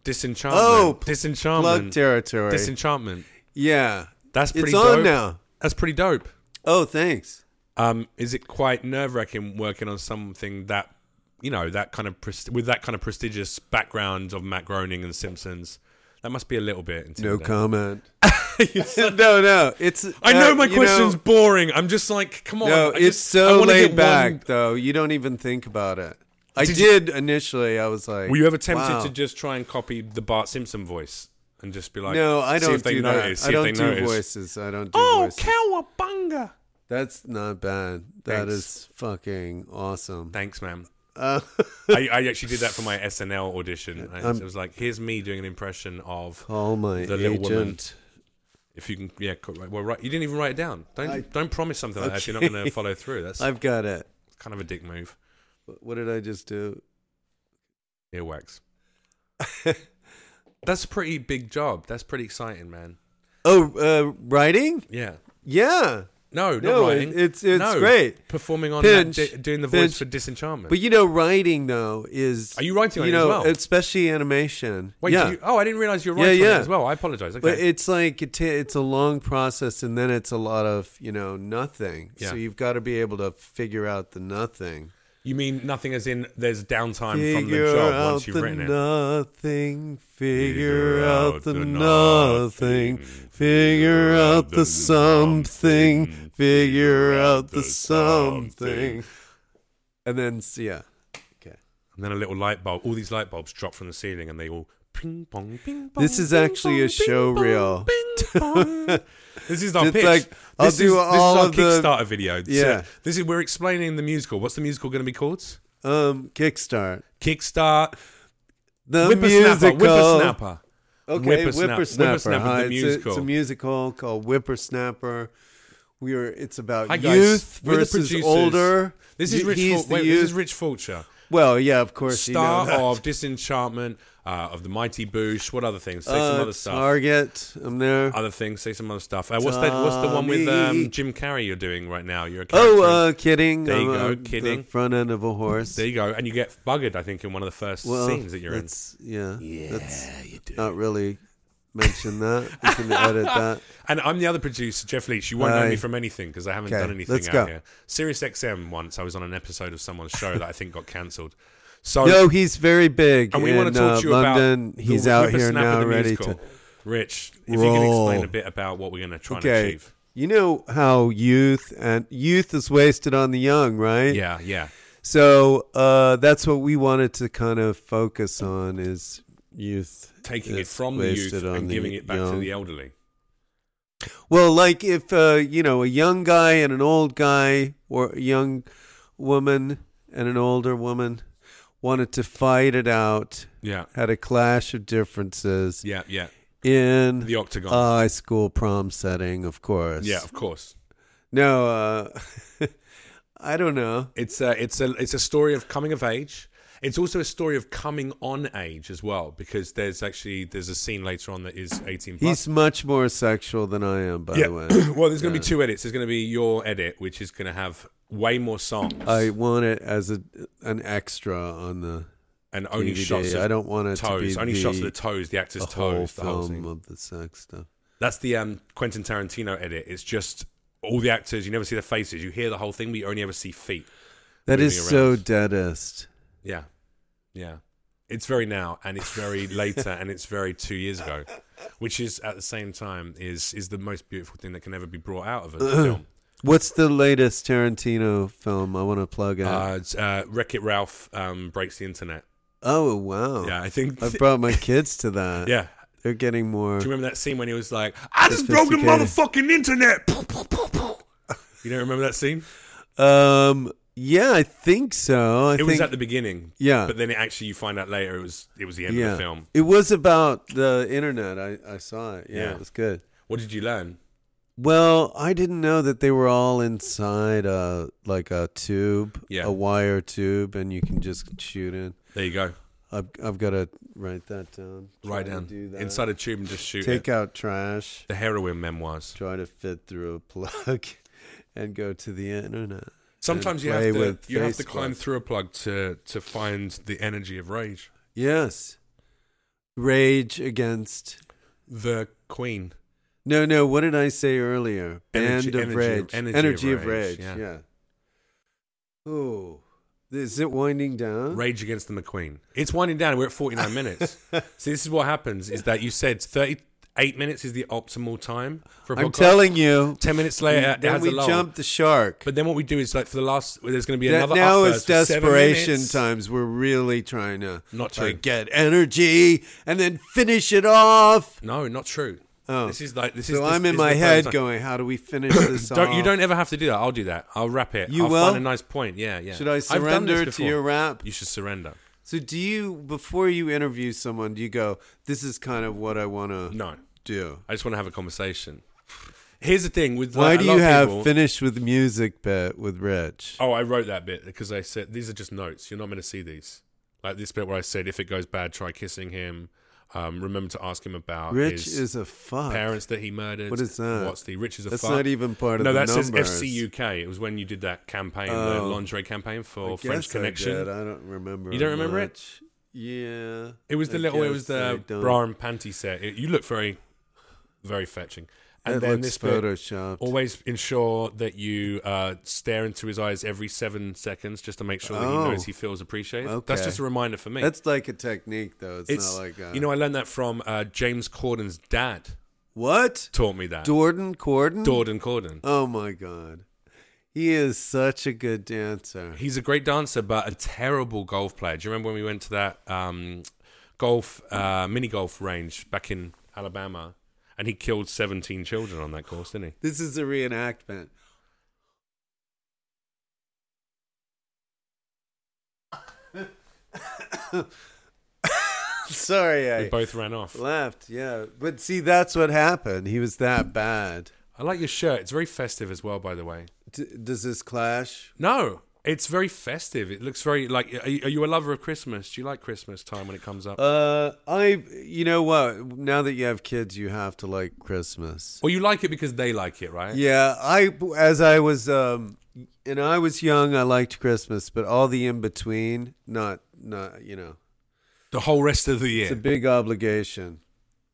Speaker 1: Disenchantment.
Speaker 2: Oh, p- plug
Speaker 1: Disenchantment.
Speaker 2: territory.
Speaker 1: Disenchantment.
Speaker 2: yeah,
Speaker 1: That's pretty
Speaker 2: it's
Speaker 1: dope.
Speaker 2: on now.
Speaker 1: That's pretty dope.
Speaker 2: Oh, thanks.
Speaker 1: Um, is it quite nerve wracking working on something that you know that kind of pres- with that kind of prestigious background of Matt Groening and The Simpsons? That must be a little bit.
Speaker 2: No
Speaker 1: intimidating.
Speaker 2: comment. no, no. It's
Speaker 1: I know
Speaker 2: uh,
Speaker 1: my
Speaker 2: you
Speaker 1: question's boring. I'm just like, come on.
Speaker 2: No,
Speaker 1: I
Speaker 2: it's
Speaker 1: just- I
Speaker 2: so
Speaker 1: wanna get
Speaker 2: laid
Speaker 1: one-
Speaker 2: back though. You don't even think about it. I
Speaker 1: Did you-
Speaker 2: did initially. I was like,
Speaker 1: Were you ever tempted
Speaker 2: wow.
Speaker 1: to just try and copy the Bart Simpson voice and just be like,
Speaker 2: No, I
Speaker 1: see
Speaker 2: don't
Speaker 1: if they
Speaker 2: do
Speaker 1: notice,
Speaker 2: that.
Speaker 1: see
Speaker 2: I
Speaker 1: if
Speaker 2: don't
Speaker 1: they
Speaker 2: do
Speaker 1: notice.
Speaker 2: voices. I don't do
Speaker 1: Oh,
Speaker 2: voices.
Speaker 1: cowabunga!
Speaker 2: That's not bad. That
Speaker 1: Thanks.
Speaker 2: is fucking awesome.
Speaker 1: Thanks, ma'am.
Speaker 2: Uh, Um,
Speaker 1: I, I actually did that for my SNL audition. I,
Speaker 2: I'm-
Speaker 1: it was like, here's me doing an impression of
Speaker 2: call Oh, my
Speaker 1: The little woman.
Speaker 2: agent
Speaker 1: If you can, yeah, cool, right, well, right. You didn't even write it down. Don't
Speaker 2: I-
Speaker 1: don't promise something like that if you're not
Speaker 2: Okay.
Speaker 1: going to follow through. That's
Speaker 2: I've got it.
Speaker 1: kind of a dick move.
Speaker 2: What did I just do?
Speaker 1: Earwax. That's a pretty big job. That's pretty exciting, man.
Speaker 2: Oh, uh, writing?
Speaker 1: Yeah.
Speaker 2: Yeah.
Speaker 1: No, not
Speaker 2: No,
Speaker 1: writing.
Speaker 2: it- it's- it's
Speaker 1: No.
Speaker 2: great.
Speaker 1: Performing on
Speaker 2: Pinch.
Speaker 1: that, di- doing the
Speaker 2: Pinch.
Speaker 1: voice for Disenchantment.
Speaker 2: But you know, writing though is.
Speaker 1: Are you writing on
Speaker 2: you
Speaker 1: it as
Speaker 2: know,
Speaker 1: well?
Speaker 2: Especially animation.
Speaker 1: Wait,
Speaker 2: yeah.
Speaker 1: do you, oh, I didn't realize you were
Speaker 2: Yeah,
Speaker 1: writing on
Speaker 2: yeah.
Speaker 1: it as well. I apologize. Okay.
Speaker 2: But it's like it ta- it's a long process, and then it's a lot of you know nothing.
Speaker 1: Yeah.
Speaker 2: So you've got to be able to figure out the nothing.
Speaker 1: you mean nothing as in there's downtime from the
Speaker 2: Figure
Speaker 1: job
Speaker 2: out
Speaker 1: once you've
Speaker 2: the
Speaker 1: written it?
Speaker 2: nothing.
Speaker 1: Figure
Speaker 2: Figure out
Speaker 1: out
Speaker 2: the
Speaker 1: the
Speaker 2: nothing. Figure out the something. Figure out the something. And then s- yeah, okay.
Speaker 1: And then a little light bulb, all these light bulbs drop from the ceiling and they all ping pong, ping pong.
Speaker 2: This is
Speaker 1: ping
Speaker 2: actually a
Speaker 1: pong, ping
Speaker 2: show
Speaker 1: pong,
Speaker 2: reel.
Speaker 1: Ping pong. this is our
Speaker 2: It's
Speaker 1: pitch.
Speaker 2: like,
Speaker 1: this
Speaker 2: I'll
Speaker 1: is,
Speaker 2: do all of
Speaker 1: this is our
Speaker 2: the-
Speaker 1: Kickstarter video. So
Speaker 2: Yeah.
Speaker 1: this is we're explaining the musical. What's the musical going to be called?
Speaker 2: Um, kickstart
Speaker 1: Kickstart.
Speaker 2: the
Speaker 1: Whippersnapper.
Speaker 2: musical.
Speaker 1: Whippersnapper.
Speaker 2: Okay,
Speaker 1: Whippersnap-
Speaker 2: Whippersnapper.
Speaker 1: Whippersnapper,
Speaker 2: Hi,
Speaker 1: the
Speaker 2: it's, A, it's a
Speaker 1: musical.
Speaker 2: musical called Whippersnapper. We are. It's about
Speaker 1: Hi guys.
Speaker 2: youth
Speaker 1: We're the
Speaker 2: versus
Speaker 1: producers.
Speaker 2: older.
Speaker 1: This is
Speaker 2: Y-
Speaker 1: Rich.
Speaker 2: he's
Speaker 1: Ful-
Speaker 2: the
Speaker 1: wait,
Speaker 2: youth-
Speaker 1: this is Rich Fulcher,
Speaker 2: Well, yeah, of course.
Speaker 1: star
Speaker 2: you know that.
Speaker 1: of Disenchantment, uh, of the Mighty Boosh. What other things? Say some
Speaker 2: Uh,
Speaker 1: other stuff.
Speaker 2: Target. I'm there.
Speaker 1: Other things. Say some other stuff. Uh, what's that? What's the one with
Speaker 2: Tommy.
Speaker 1: um, Jim Carrey? You're doing right now. You're a
Speaker 2: oh,
Speaker 1: character.
Speaker 2: uh, kidding.
Speaker 1: There you
Speaker 2: I'm
Speaker 1: go,
Speaker 2: on
Speaker 1: kidding.
Speaker 2: The front end of a horse.
Speaker 1: There you go. And you get buggered, I think, in one of the first
Speaker 2: well,
Speaker 1: scenes that you're in.
Speaker 2: that's, Yeah. Yeah. That's you do. Not really mention that. You can edit that.
Speaker 1: And I'm the other producer, Jeff Leach. You won't know
Speaker 2: Aye.
Speaker 1: me from anything because I haven't
Speaker 2: Okay,
Speaker 1: done anything
Speaker 2: let's
Speaker 1: out
Speaker 2: go.
Speaker 1: here. Sirius XM once, I was on an episode of someone's show that I think got cancelled. So,
Speaker 2: No, he's very big.
Speaker 1: and we
Speaker 2: in,
Speaker 1: want to talk
Speaker 2: uh,
Speaker 1: to you
Speaker 2: London.
Speaker 1: about
Speaker 2: he's
Speaker 1: the
Speaker 2: out here
Speaker 1: whippersnapper
Speaker 2: now,
Speaker 1: the
Speaker 2: ready
Speaker 1: musical.
Speaker 2: to.
Speaker 1: Rich, if you can
Speaker 2: Roll.
Speaker 1: explain a bit about what we're going to try and
Speaker 2: Okay.
Speaker 1: achieve.
Speaker 2: You know how youth and youth is wasted on the young, right?
Speaker 1: Yeah, yeah.
Speaker 2: So uh, that's what we wanted to kind of focus on is youth.
Speaker 1: Taking
Speaker 2: is
Speaker 1: it from the youth
Speaker 2: wasted on
Speaker 1: and
Speaker 2: the
Speaker 1: giving it back to
Speaker 2: young.
Speaker 1: the elderly.
Speaker 2: Well, like if uh, you know a young guy and an old guy, or a young woman and an older woman, wanted to fight it out,
Speaker 1: Yeah,
Speaker 2: had a clash of differences
Speaker 1: yeah, yeah.
Speaker 2: in
Speaker 1: The octagon.
Speaker 2: a high school prom setting, of course.
Speaker 1: yeah, of course.
Speaker 2: No, uh, I don't know.
Speaker 1: It's a, it's a it's a story of coming of age. It's also a story of coming on age as well, because there's actually there's a scene later on that is eighteen plus.
Speaker 2: He's much more sexual than I am, by
Speaker 1: yeah.
Speaker 2: the way.
Speaker 1: well, there's going to be two edits. There's going to be your edit, which is going to have way more songs
Speaker 2: I want it as a an extra on the
Speaker 1: and only
Speaker 2: DVD.
Speaker 1: shots of
Speaker 2: I don't want it
Speaker 1: toes,
Speaker 2: to be
Speaker 1: only
Speaker 2: the,
Speaker 1: shots of the toes, the actor's
Speaker 2: the whole
Speaker 1: toes, the whole
Speaker 2: film
Speaker 1: scene.
Speaker 2: of the sex stuff.
Speaker 1: That's the um, Quentin Tarantino edit. It's just all the actors. You never see their faces. You hear the whole thing, but you only ever see feet.
Speaker 2: That
Speaker 1: Moving
Speaker 2: is so
Speaker 1: around.
Speaker 2: deadest.
Speaker 1: Yeah, yeah. It's very now, and it's very later, and it's very two years ago, which is at the same time is is the most beautiful thing that can ever be brought out of a film.
Speaker 2: What's the latest Tarantino film? I want to plug it.
Speaker 1: Uh, it's, uh, Wreck It Ralph um, breaks the internet.
Speaker 2: oh wow!
Speaker 1: Yeah, I think.
Speaker 2: I brought my kids to that.
Speaker 1: yeah.
Speaker 2: they're getting more.
Speaker 1: Do you remember that scene when he was like, "I just broke the
Speaker 2: Sophisticated.
Speaker 1: motherfucking internet"? Pow, pow, pow, pow. You don't remember that scene?
Speaker 2: Um, yeah, I think so. I
Speaker 1: It
Speaker 2: think,
Speaker 1: was at the beginning,
Speaker 2: yeah,
Speaker 1: but then it actually you find out later it was it was the end of
Speaker 2: yeah.
Speaker 1: the film.
Speaker 2: It was about the internet. I I saw it. yeah.
Speaker 1: Yeah.
Speaker 2: it was good.
Speaker 1: What did you learn?
Speaker 2: Well, I didn't know that they were all inside a like a tube,
Speaker 1: Yeah.
Speaker 2: a wire tube, and you can just shoot in.
Speaker 1: There you go.
Speaker 2: I've I've got to write that down. Try
Speaker 1: Right
Speaker 2: to
Speaker 1: down
Speaker 2: do that.
Speaker 1: inside a tube and just shoot.
Speaker 2: Take
Speaker 1: it.
Speaker 2: out trash.
Speaker 1: the heroin memoirs.
Speaker 2: Try to fit through a plug, and go to the internet.
Speaker 1: Sometimes you have
Speaker 2: play
Speaker 1: to
Speaker 2: with
Speaker 1: you have to
Speaker 2: Facebook.
Speaker 1: climb through a plug to to find the energy of rage.
Speaker 2: Yes, rage against.
Speaker 1: The Queen.
Speaker 2: No, no. What did I say earlier?
Speaker 1: Energy-
Speaker 2: Band of
Speaker 1: energy-
Speaker 2: rage.
Speaker 1: energy of rage,
Speaker 2: Yeah.
Speaker 1: yeah.
Speaker 2: Oh, is it winding down?
Speaker 1: Rage Against the McQueen. It's winding down. We're at 49 minutes. See, this is what happens is that you said 38 minutes is the optimal time for a podcast.
Speaker 2: I'm telling you.
Speaker 1: 10 minutes later, it
Speaker 2: then
Speaker 1: has
Speaker 2: we
Speaker 1: a lull.
Speaker 2: jumped the shark.
Speaker 1: But then what we do is like for the last, well, there's going to be
Speaker 2: That
Speaker 1: another
Speaker 2: now
Speaker 1: upburst
Speaker 2: it's
Speaker 1: for seven
Speaker 2: desperation
Speaker 1: minutes.
Speaker 2: times. We're really trying to
Speaker 1: Not
Speaker 2: like,
Speaker 1: true.
Speaker 2: get energy and then finish it off.
Speaker 1: No, not true. This is like this is.
Speaker 2: Oh. So
Speaker 1: this
Speaker 2: I'm in
Speaker 1: is
Speaker 2: my
Speaker 1: the first
Speaker 2: head
Speaker 1: time.
Speaker 2: going, how do we finish this
Speaker 1: Don't you
Speaker 2: off?
Speaker 1: don't ever have to do that. I'll do that. I'll wrap it.
Speaker 2: You
Speaker 1: I'll
Speaker 2: will?
Speaker 1: find a nice point. Yeah, yeah.
Speaker 2: Should I
Speaker 1: I've done this
Speaker 2: surrender to
Speaker 1: before.
Speaker 2: your rap?
Speaker 1: You should surrender.
Speaker 2: So do you before you interview someone, do you go, this is kind of what I want to
Speaker 1: No.
Speaker 2: do.
Speaker 1: I just want to have a conversation. Here's the thing with
Speaker 2: Why
Speaker 1: like,
Speaker 2: do
Speaker 1: Uh, a lot
Speaker 2: you
Speaker 1: of
Speaker 2: have
Speaker 1: people-
Speaker 2: finish with music bit with Rich?
Speaker 1: Oh, I wrote that bit because I said these are just notes. You're not meant to see these. Like this bit where I said, if it goes bad, try kissing him. Um, remember to ask him about
Speaker 2: Rich
Speaker 1: his
Speaker 2: is a fuck.
Speaker 1: parents that he murdered.
Speaker 2: What is that?
Speaker 1: What's the Rich is a
Speaker 2: That's
Speaker 1: fuck.
Speaker 2: not even part of
Speaker 1: no,
Speaker 2: the
Speaker 1: that says
Speaker 2: numbers.
Speaker 1: FC UK. It was when you did that campaign, the
Speaker 2: Oh.
Speaker 1: lingerie campaign
Speaker 2: I
Speaker 1: for
Speaker 2: guess
Speaker 1: French
Speaker 2: I
Speaker 1: Connection.
Speaker 2: did. I, don't remember.
Speaker 1: You don't remember it?
Speaker 2: much. Yeah.
Speaker 1: It was the
Speaker 2: I
Speaker 1: little. It
Speaker 2: guess
Speaker 1: was
Speaker 2: I
Speaker 1: the
Speaker 2: don't.
Speaker 1: bra and panty set. It, you look very, very fetching. And
Speaker 2: It
Speaker 1: then
Speaker 2: looks
Speaker 1: this bit,
Speaker 2: photoshopped.
Speaker 1: always ensure that you uh, stare into his eyes every seven seconds, just to make sure that
Speaker 2: Oh.
Speaker 1: he knows he feels appreciated. That's
Speaker 2: Okay.
Speaker 1: just a reminder for me.
Speaker 2: That's like a technique, though. It's,
Speaker 1: it's
Speaker 2: not like a,
Speaker 1: you know I learned that from uh, James Corden's dad.
Speaker 2: what
Speaker 1: Taught me that.
Speaker 2: Jordan Corden.
Speaker 1: Jordan Corden.
Speaker 2: Oh my god, he is such a good dancer.
Speaker 1: He's a great dancer, but a terrible golf player. Do you remember when we went to that um, golf uh, mini golf range back in Alabama, and he killed seventeen children on that course, didn't he?
Speaker 2: This is a reenactment. Sorry,
Speaker 1: We
Speaker 2: I
Speaker 1: both ran off.
Speaker 2: laughed. Yeah, but see, that's what happened. He was that bad.
Speaker 1: I like your shirt. It's very festive as well, by the way.
Speaker 2: D- does this clash?
Speaker 1: No, it's very festive. It looks very like. Are you, are you a lover of Christmas? Do you like Christmas time when it comes up?
Speaker 2: Uh, I. You know what? Now that you have kids, you have to like Christmas.
Speaker 1: or you like it because they like it, right?
Speaker 2: Yeah, I as I was um and I was young, I liked Christmas, but all the in between, not not you know,
Speaker 1: The whole rest of the year.
Speaker 2: it's a big obligation.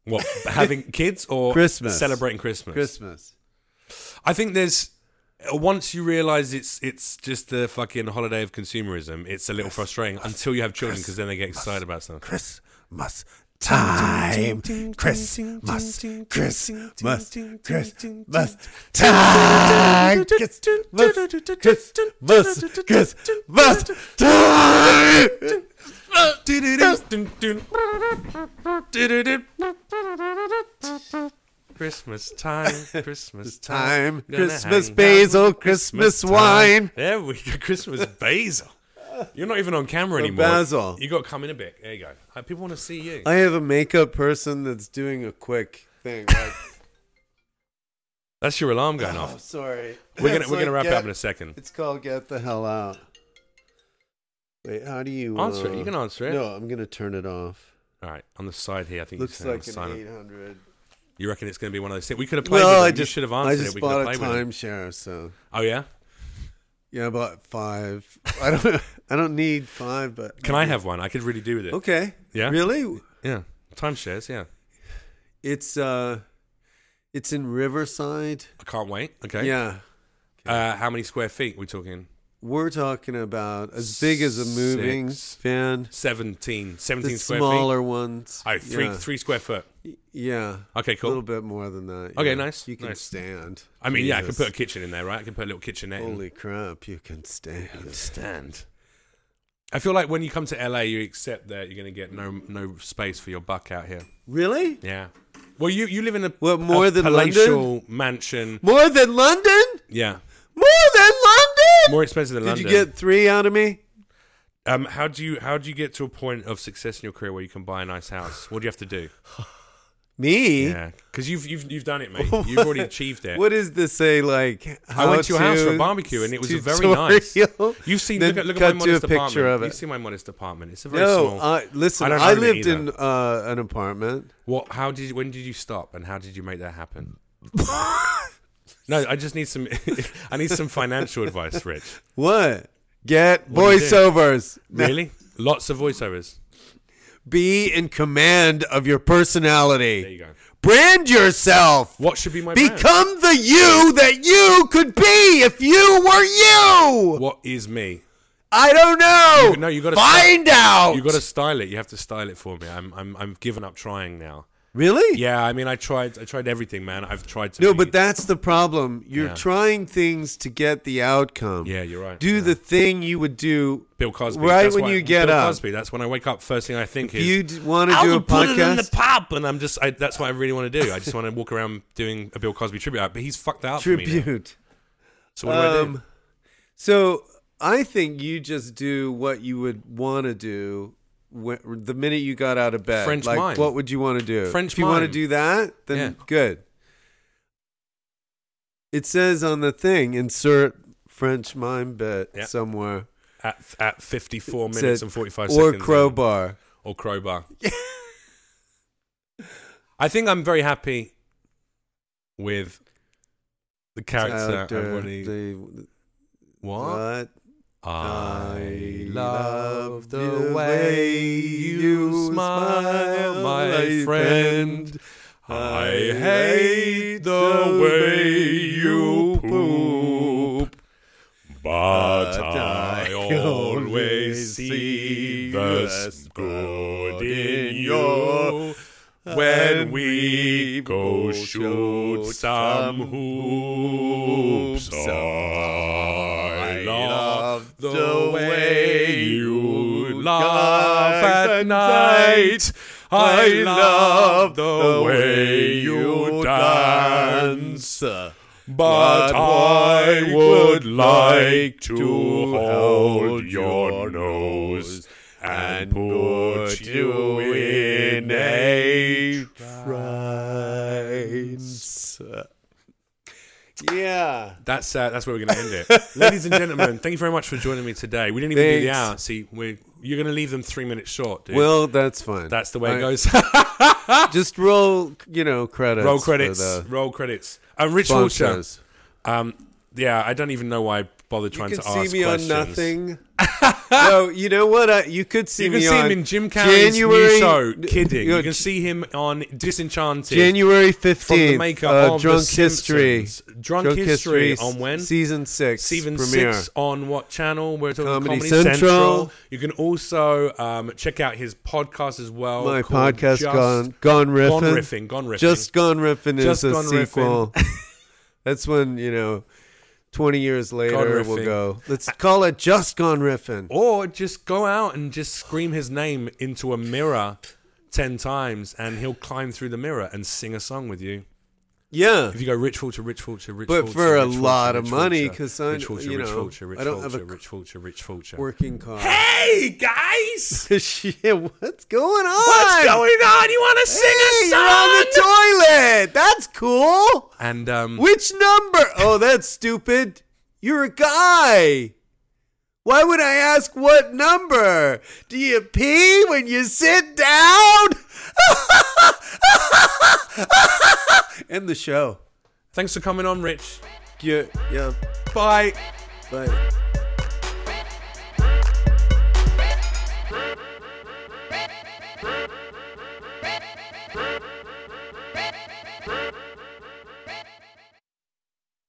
Speaker 1: what having kids or
Speaker 2: Christmas.
Speaker 1: celebrating Christmas?
Speaker 2: Christmas.
Speaker 1: I think there's uh, once you realize it's it's just the fucking holiday of consumerism. It's a little frustrating until you have children because then they get excited about something.
Speaker 2: Christmas time. Christmas. Christmas. Christmas time. Christmas. Christmas. Christmas time.
Speaker 1: Christmas time, Christmas
Speaker 2: Time.
Speaker 1: time, Gonna
Speaker 2: Christmas
Speaker 1: hang out
Speaker 2: basil. Christmas
Speaker 1: time.
Speaker 2: wine.
Speaker 1: There we go. Christmas basil. You're not even on camera anymore.
Speaker 2: basil.
Speaker 1: You got to come in a bit. There you go. Uh, people want to see you.
Speaker 2: I have a makeup person that's doing a quick thing. Like,
Speaker 1: That's your alarm going
Speaker 2: oh,
Speaker 1: off.
Speaker 2: sorry.
Speaker 1: We're gonna
Speaker 2: It's
Speaker 1: we're gonna wrap
Speaker 2: like,
Speaker 1: it up in
Speaker 2: get-
Speaker 1: a second.
Speaker 2: It's called "Get the Hell Out." Wait, how do you
Speaker 1: Answer it.
Speaker 2: uh,
Speaker 1: You can answer it.
Speaker 2: No, I'm gonna turn it off.
Speaker 1: All right, on the side here, I think
Speaker 2: Looks
Speaker 1: you said
Speaker 2: like an
Speaker 1: Simon.
Speaker 2: 800.
Speaker 1: You reckon it's going to be one of those things? We could have played with it. you should have
Speaker 2: I
Speaker 1: answered it.
Speaker 2: just
Speaker 1: We could
Speaker 2: bought
Speaker 1: have played
Speaker 2: a
Speaker 1: with it.
Speaker 2: timeshare, so
Speaker 1: Oh yeah.
Speaker 2: yeah, I bought five. I don't, I don't need five, but
Speaker 1: Can I have one? I could really do with it.
Speaker 2: Okay,
Speaker 1: Yeah?
Speaker 2: really?
Speaker 1: Yeah. Timeshares. Yeah.
Speaker 2: It's uh, it's in Riverside.
Speaker 1: I can't wait. Okay.
Speaker 2: Yeah,
Speaker 1: Uh, how many square feet we talking?
Speaker 2: we're talking about as big as a moving
Speaker 1: Six.
Speaker 2: fan.
Speaker 1: 17. 17
Speaker 2: The
Speaker 1: square feet.
Speaker 2: smaller ones.
Speaker 1: Oh, three,
Speaker 2: yeah.
Speaker 1: three square foot.
Speaker 2: Yeah.
Speaker 1: Okay,
Speaker 2: A
Speaker 1: cool.
Speaker 2: little bit more than that.
Speaker 1: Okay,
Speaker 2: yeah.
Speaker 1: nice,
Speaker 2: You can
Speaker 1: nice.
Speaker 2: stand.
Speaker 1: I mean, yeah, I could
Speaker 2: Jesus.
Speaker 1: put a kitchen in there, right? I could put a little kitchenette. in.
Speaker 2: Holy crap! You can stand.
Speaker 1: Stand. I feel like when you come to LA, you accept that you're going to get no no space for your buck out here.
Speaker 2: Really?
Speaker 1: Yeah. Well, you you live in a
Speaker 2: What, more
Speaker 1: a
Speaker 2: than
Speaker 1: palatial mansion.
Speaker 2: More than London?
Speaker 1: Yeah.
Speaker 2: More than London?
Speaker 1: More expensive than
Speaker 2: Did
Speaker 1: London.
Speaker 2: you get three out of me?
Speaker 1: um, how do you how do you get to a point of success in your career where you can buy a nice house? What do you have to do?
Speaker 2: Me?
Speaker 1: Yeah, because you've you've you've done it, mate. You've already achieved it.
Speaker 2: Hmm? What is this say like?
Speaker 1: I went to your house for a
Speaker 2: how-to
Speaker 1: barbecue and it was very
Speaker 2: tutorial?
Speaker 1: nice. You've seen
Speaker 2: Then
Speaker 1: look at, look at
Speaker 2: cut
Speaker 1: my
Speaker 2: to
Speaker 1: modest
Speaker 2: a picture
Speaker 1: apartment.
Speaker 2: of
Speaker 1: You've
Speaker 2: it.
Speaker 1: seen my modest apartment. It's a very
Speaker 2: No,
Speaker 1: small.
Speaker 2: I, listen.
Speaker 1: I
Speaker 2: I,
Speaker 1: don't own it
Speaker 2: lived
Speaker 1: either.
Speaker 2: in uh, an apartment.
Speaker 1: What? How did? You, when did you stop? And how did you make that happen? no, I just need some. I need some financial advice, Rich.
Speaker 2: What? Get
Speaker 1: do you do?
Speaker 2: voiceovers. No.
Speaker 1: Really? Lots of voiceovers.
Speaker 2: Be in command of your personality.
Speaker 1: There you go.
Speaker 2: Brand yourself.
Speaker 1: What should be my brand?
Speaker 2: Become the you that you could be if you were you.
Speaker 1: What is me?
Speaker 2: I don't know.
Speaker 1: You- no, you gotta
Speaker 2: find out.
Speaker 1: You got to style it. You have to style it for me. I'm I'm I'm given up trying now.
Speaker 2: really?
Speaker 1: Yeah, I mean, I tried I tried everything, man. I've tried to.
Speaker 2: No,
Speaker 1: be-
Speaker 2: but that's the problem. You're
Speaker 1: Yeah.
Speaker 2: trying things to get the outcome.
Speaker 1: yeah, you're right.
Speaker 2: Do the thing you would do.
Speaker 1: Bill Cosby.
Speaker 2: Right
Speaker 1: That's
Speaker 2: when
Speaker 1: why-
Speaker 2: you get
Speaker 1: Bill
Speaker 2: up.
Speaker 1: Cosby. That's when I wake up. First thing I think
Speaker 2: If
Speaker 1: is
Speaker 2: you want to
Speaker 1: I
Speaker 2: do a
Speaker 1: would put it in the
Speaker 2: podcast
Speaker 1: pop, and I'm just I, that's what I really want to do. I just want to walk around doing a Bill Cosby tribute act, but he's fucked that up for me. now.
Speaker 2: tribute.
Speaker 1: So what do I do?
Speaker 2: Um, so I think you just do what you would want to do wh- the minute you got out of bed,
Speaker 1: French
Speaker 2: like
Speaker 1: mime.
Speaker 2: what would you want to do?
Speaker 1: French
Speaker 2: If you want to
Speaker 1: mime.
Speaker 2: do that, then
Speaker 1: Yeah.
Speaker 2: good. It says on the thing, insert French mime bit
Speaker 1: Yeah.
Speaker 2: somewhere.
Speaker 1: At, at 54
Speaker 2: It
Speaker 1: minutes
Speaker 2: said,
Speaker 1: and 45
Speaker 2: or
Speaker 1: seconds.
Speaker 2: crowbar.
Speaker 1: Or crowbar. I think I'm very happy with the character.
Speaker 2: Out there,
Speaker 1: and what he-
Speaker 2: the-
Speaker 1: what?
Speaker 2: what?
Speaker 1: I
Speaker 2: I
Speaker 1: love the way you smile, my friend. I hate the way you poop, but I always see the good in you. When we go shoot some hoops, I love the way you laugh at night. I love the way you dance. But I would like to hold your nose and put you in a
Speaker 2: trance. Yeah.
Speaker 1: That's uh, that's where we're going to end it, ladies and gentlemen. Thank you very much for joining me today. We didn't even do the
Speaker 2: Thanks.
Speaker 1: hour. See, we're you're going to leave them three minutes short. Dude.
Speaker 2: Well, that's fine.
Speaker 1: that's the way
Speaker 2: I-
Speaker 1: it goes.
Speaker 2: Just roll, you know, credits.
Speaker 1: roll
Speaker 2: for
Speaker 1: credits.
Speaker 2: the
Speaker 1: Roll credits. Uh, Rich Wiltshire.
Speaker 2: sponsors.
Speaker 1: Um, yeah, I don't even know why I bothered trying
Speaker 2: You
Speaker 1: to
Speaker 2: could
Speaker 1: ask
Speaker 2: see me
Speaker 1: questions.
Speaker 2: on nothing. no, you know what? I, you could see
Speaker 1: You
Speaker 2: me
Speaker 1: can see
Speaker 2: on
Speaker 1: him in Jim Carrey's new
Speaker 2: January-
Speaker 1: show, Kidding.
Speaker 2: you know,
Speaker 1: You can see him on Disenchanted.
Speaker 2: January
Speaker 1: from the
Speaker 2: fifteenth.
Speaker 1: maker
Speaker 2: Uh,
Speaker 1: of
Speaker 2: Drunk
Speaker 1: the
Speaker 2: History.
Speaker 1: Simpsons. Drunk, History,
Speaker 2: s-
Speaker 1: on when?
Speaker 2: Season six.
Speaker 1: Season
Speaker 2: premiere.
Speaker 1: six on what channel? We're talking Comedy,
Speaker 2: Comedy
Speaker 1: Central.
Speaker 2: Central.
Speaker 1: You can also um, check out his podcast as well.
Speaker 2: My
Speaker 1: called
Speaker 2: podcast
Speaker 1: Oh, Just
Speaker 2: gone gone riffing.
Speaker 1: Gone riffing. Gone riffing.
Speaker 2: Just gone riffing is
Speaker 1: Just
Speaker 2: a
Speaker 1: Gone Riffin'.
Speaker 2: sequel. That's when you know. Twenty years later,
Speaker 1: Riffin'.
Speaker 2: we'll go. Let's call it just gone riffing.
Speaker 1: or just go out and just scream his name into a mirror ten times, and he'll climb through the mirror and sing a song with you.
Speaker 2: Yeah,
Speaker 1: If you go rich vulture, rich vulture, rich
Speaker 2: But
Speaker 1: vulture,
Speaker 2: for a
Speaker 1: rich vulture,
Speaker 2: lot
Speaker 1: rich
Speaker 2: of money,
Speaker 1: vulture,
Speaker 2: 'cause I-
Speaker 1: rich vulture,
Speaker 2: you
Speaker 1: rich
Speaker 2: know,
Speaker 1: vulture, rich
Speaker 2: I don't have
Speaker 1: vulture,
Speaker 2: a
Speaker 1: rich vulture, rich vulture.
Speaker 2: working car.
Speaker 1: Hey guys,
Speaker 2: Shit, what's going on?
Speaker 1: what's going on? You want to
Speaker 2: Hey,
Speaker 1: sing a
Speaker 2: you're on the
Speaker 1: song?
Speaker 2: toilet. That's cool.
Speaker 1: And um,
Speaker 2: Which number? Oh, that's stupid. You're a guy. Why would I ask what number? Do you pee when you sit down? End the show.
Speaker 1: thanks for coming on, Rich.
Speaker 2: Yeah, yeah.
Speaker 1: Bye.
Speaker 2: Bye.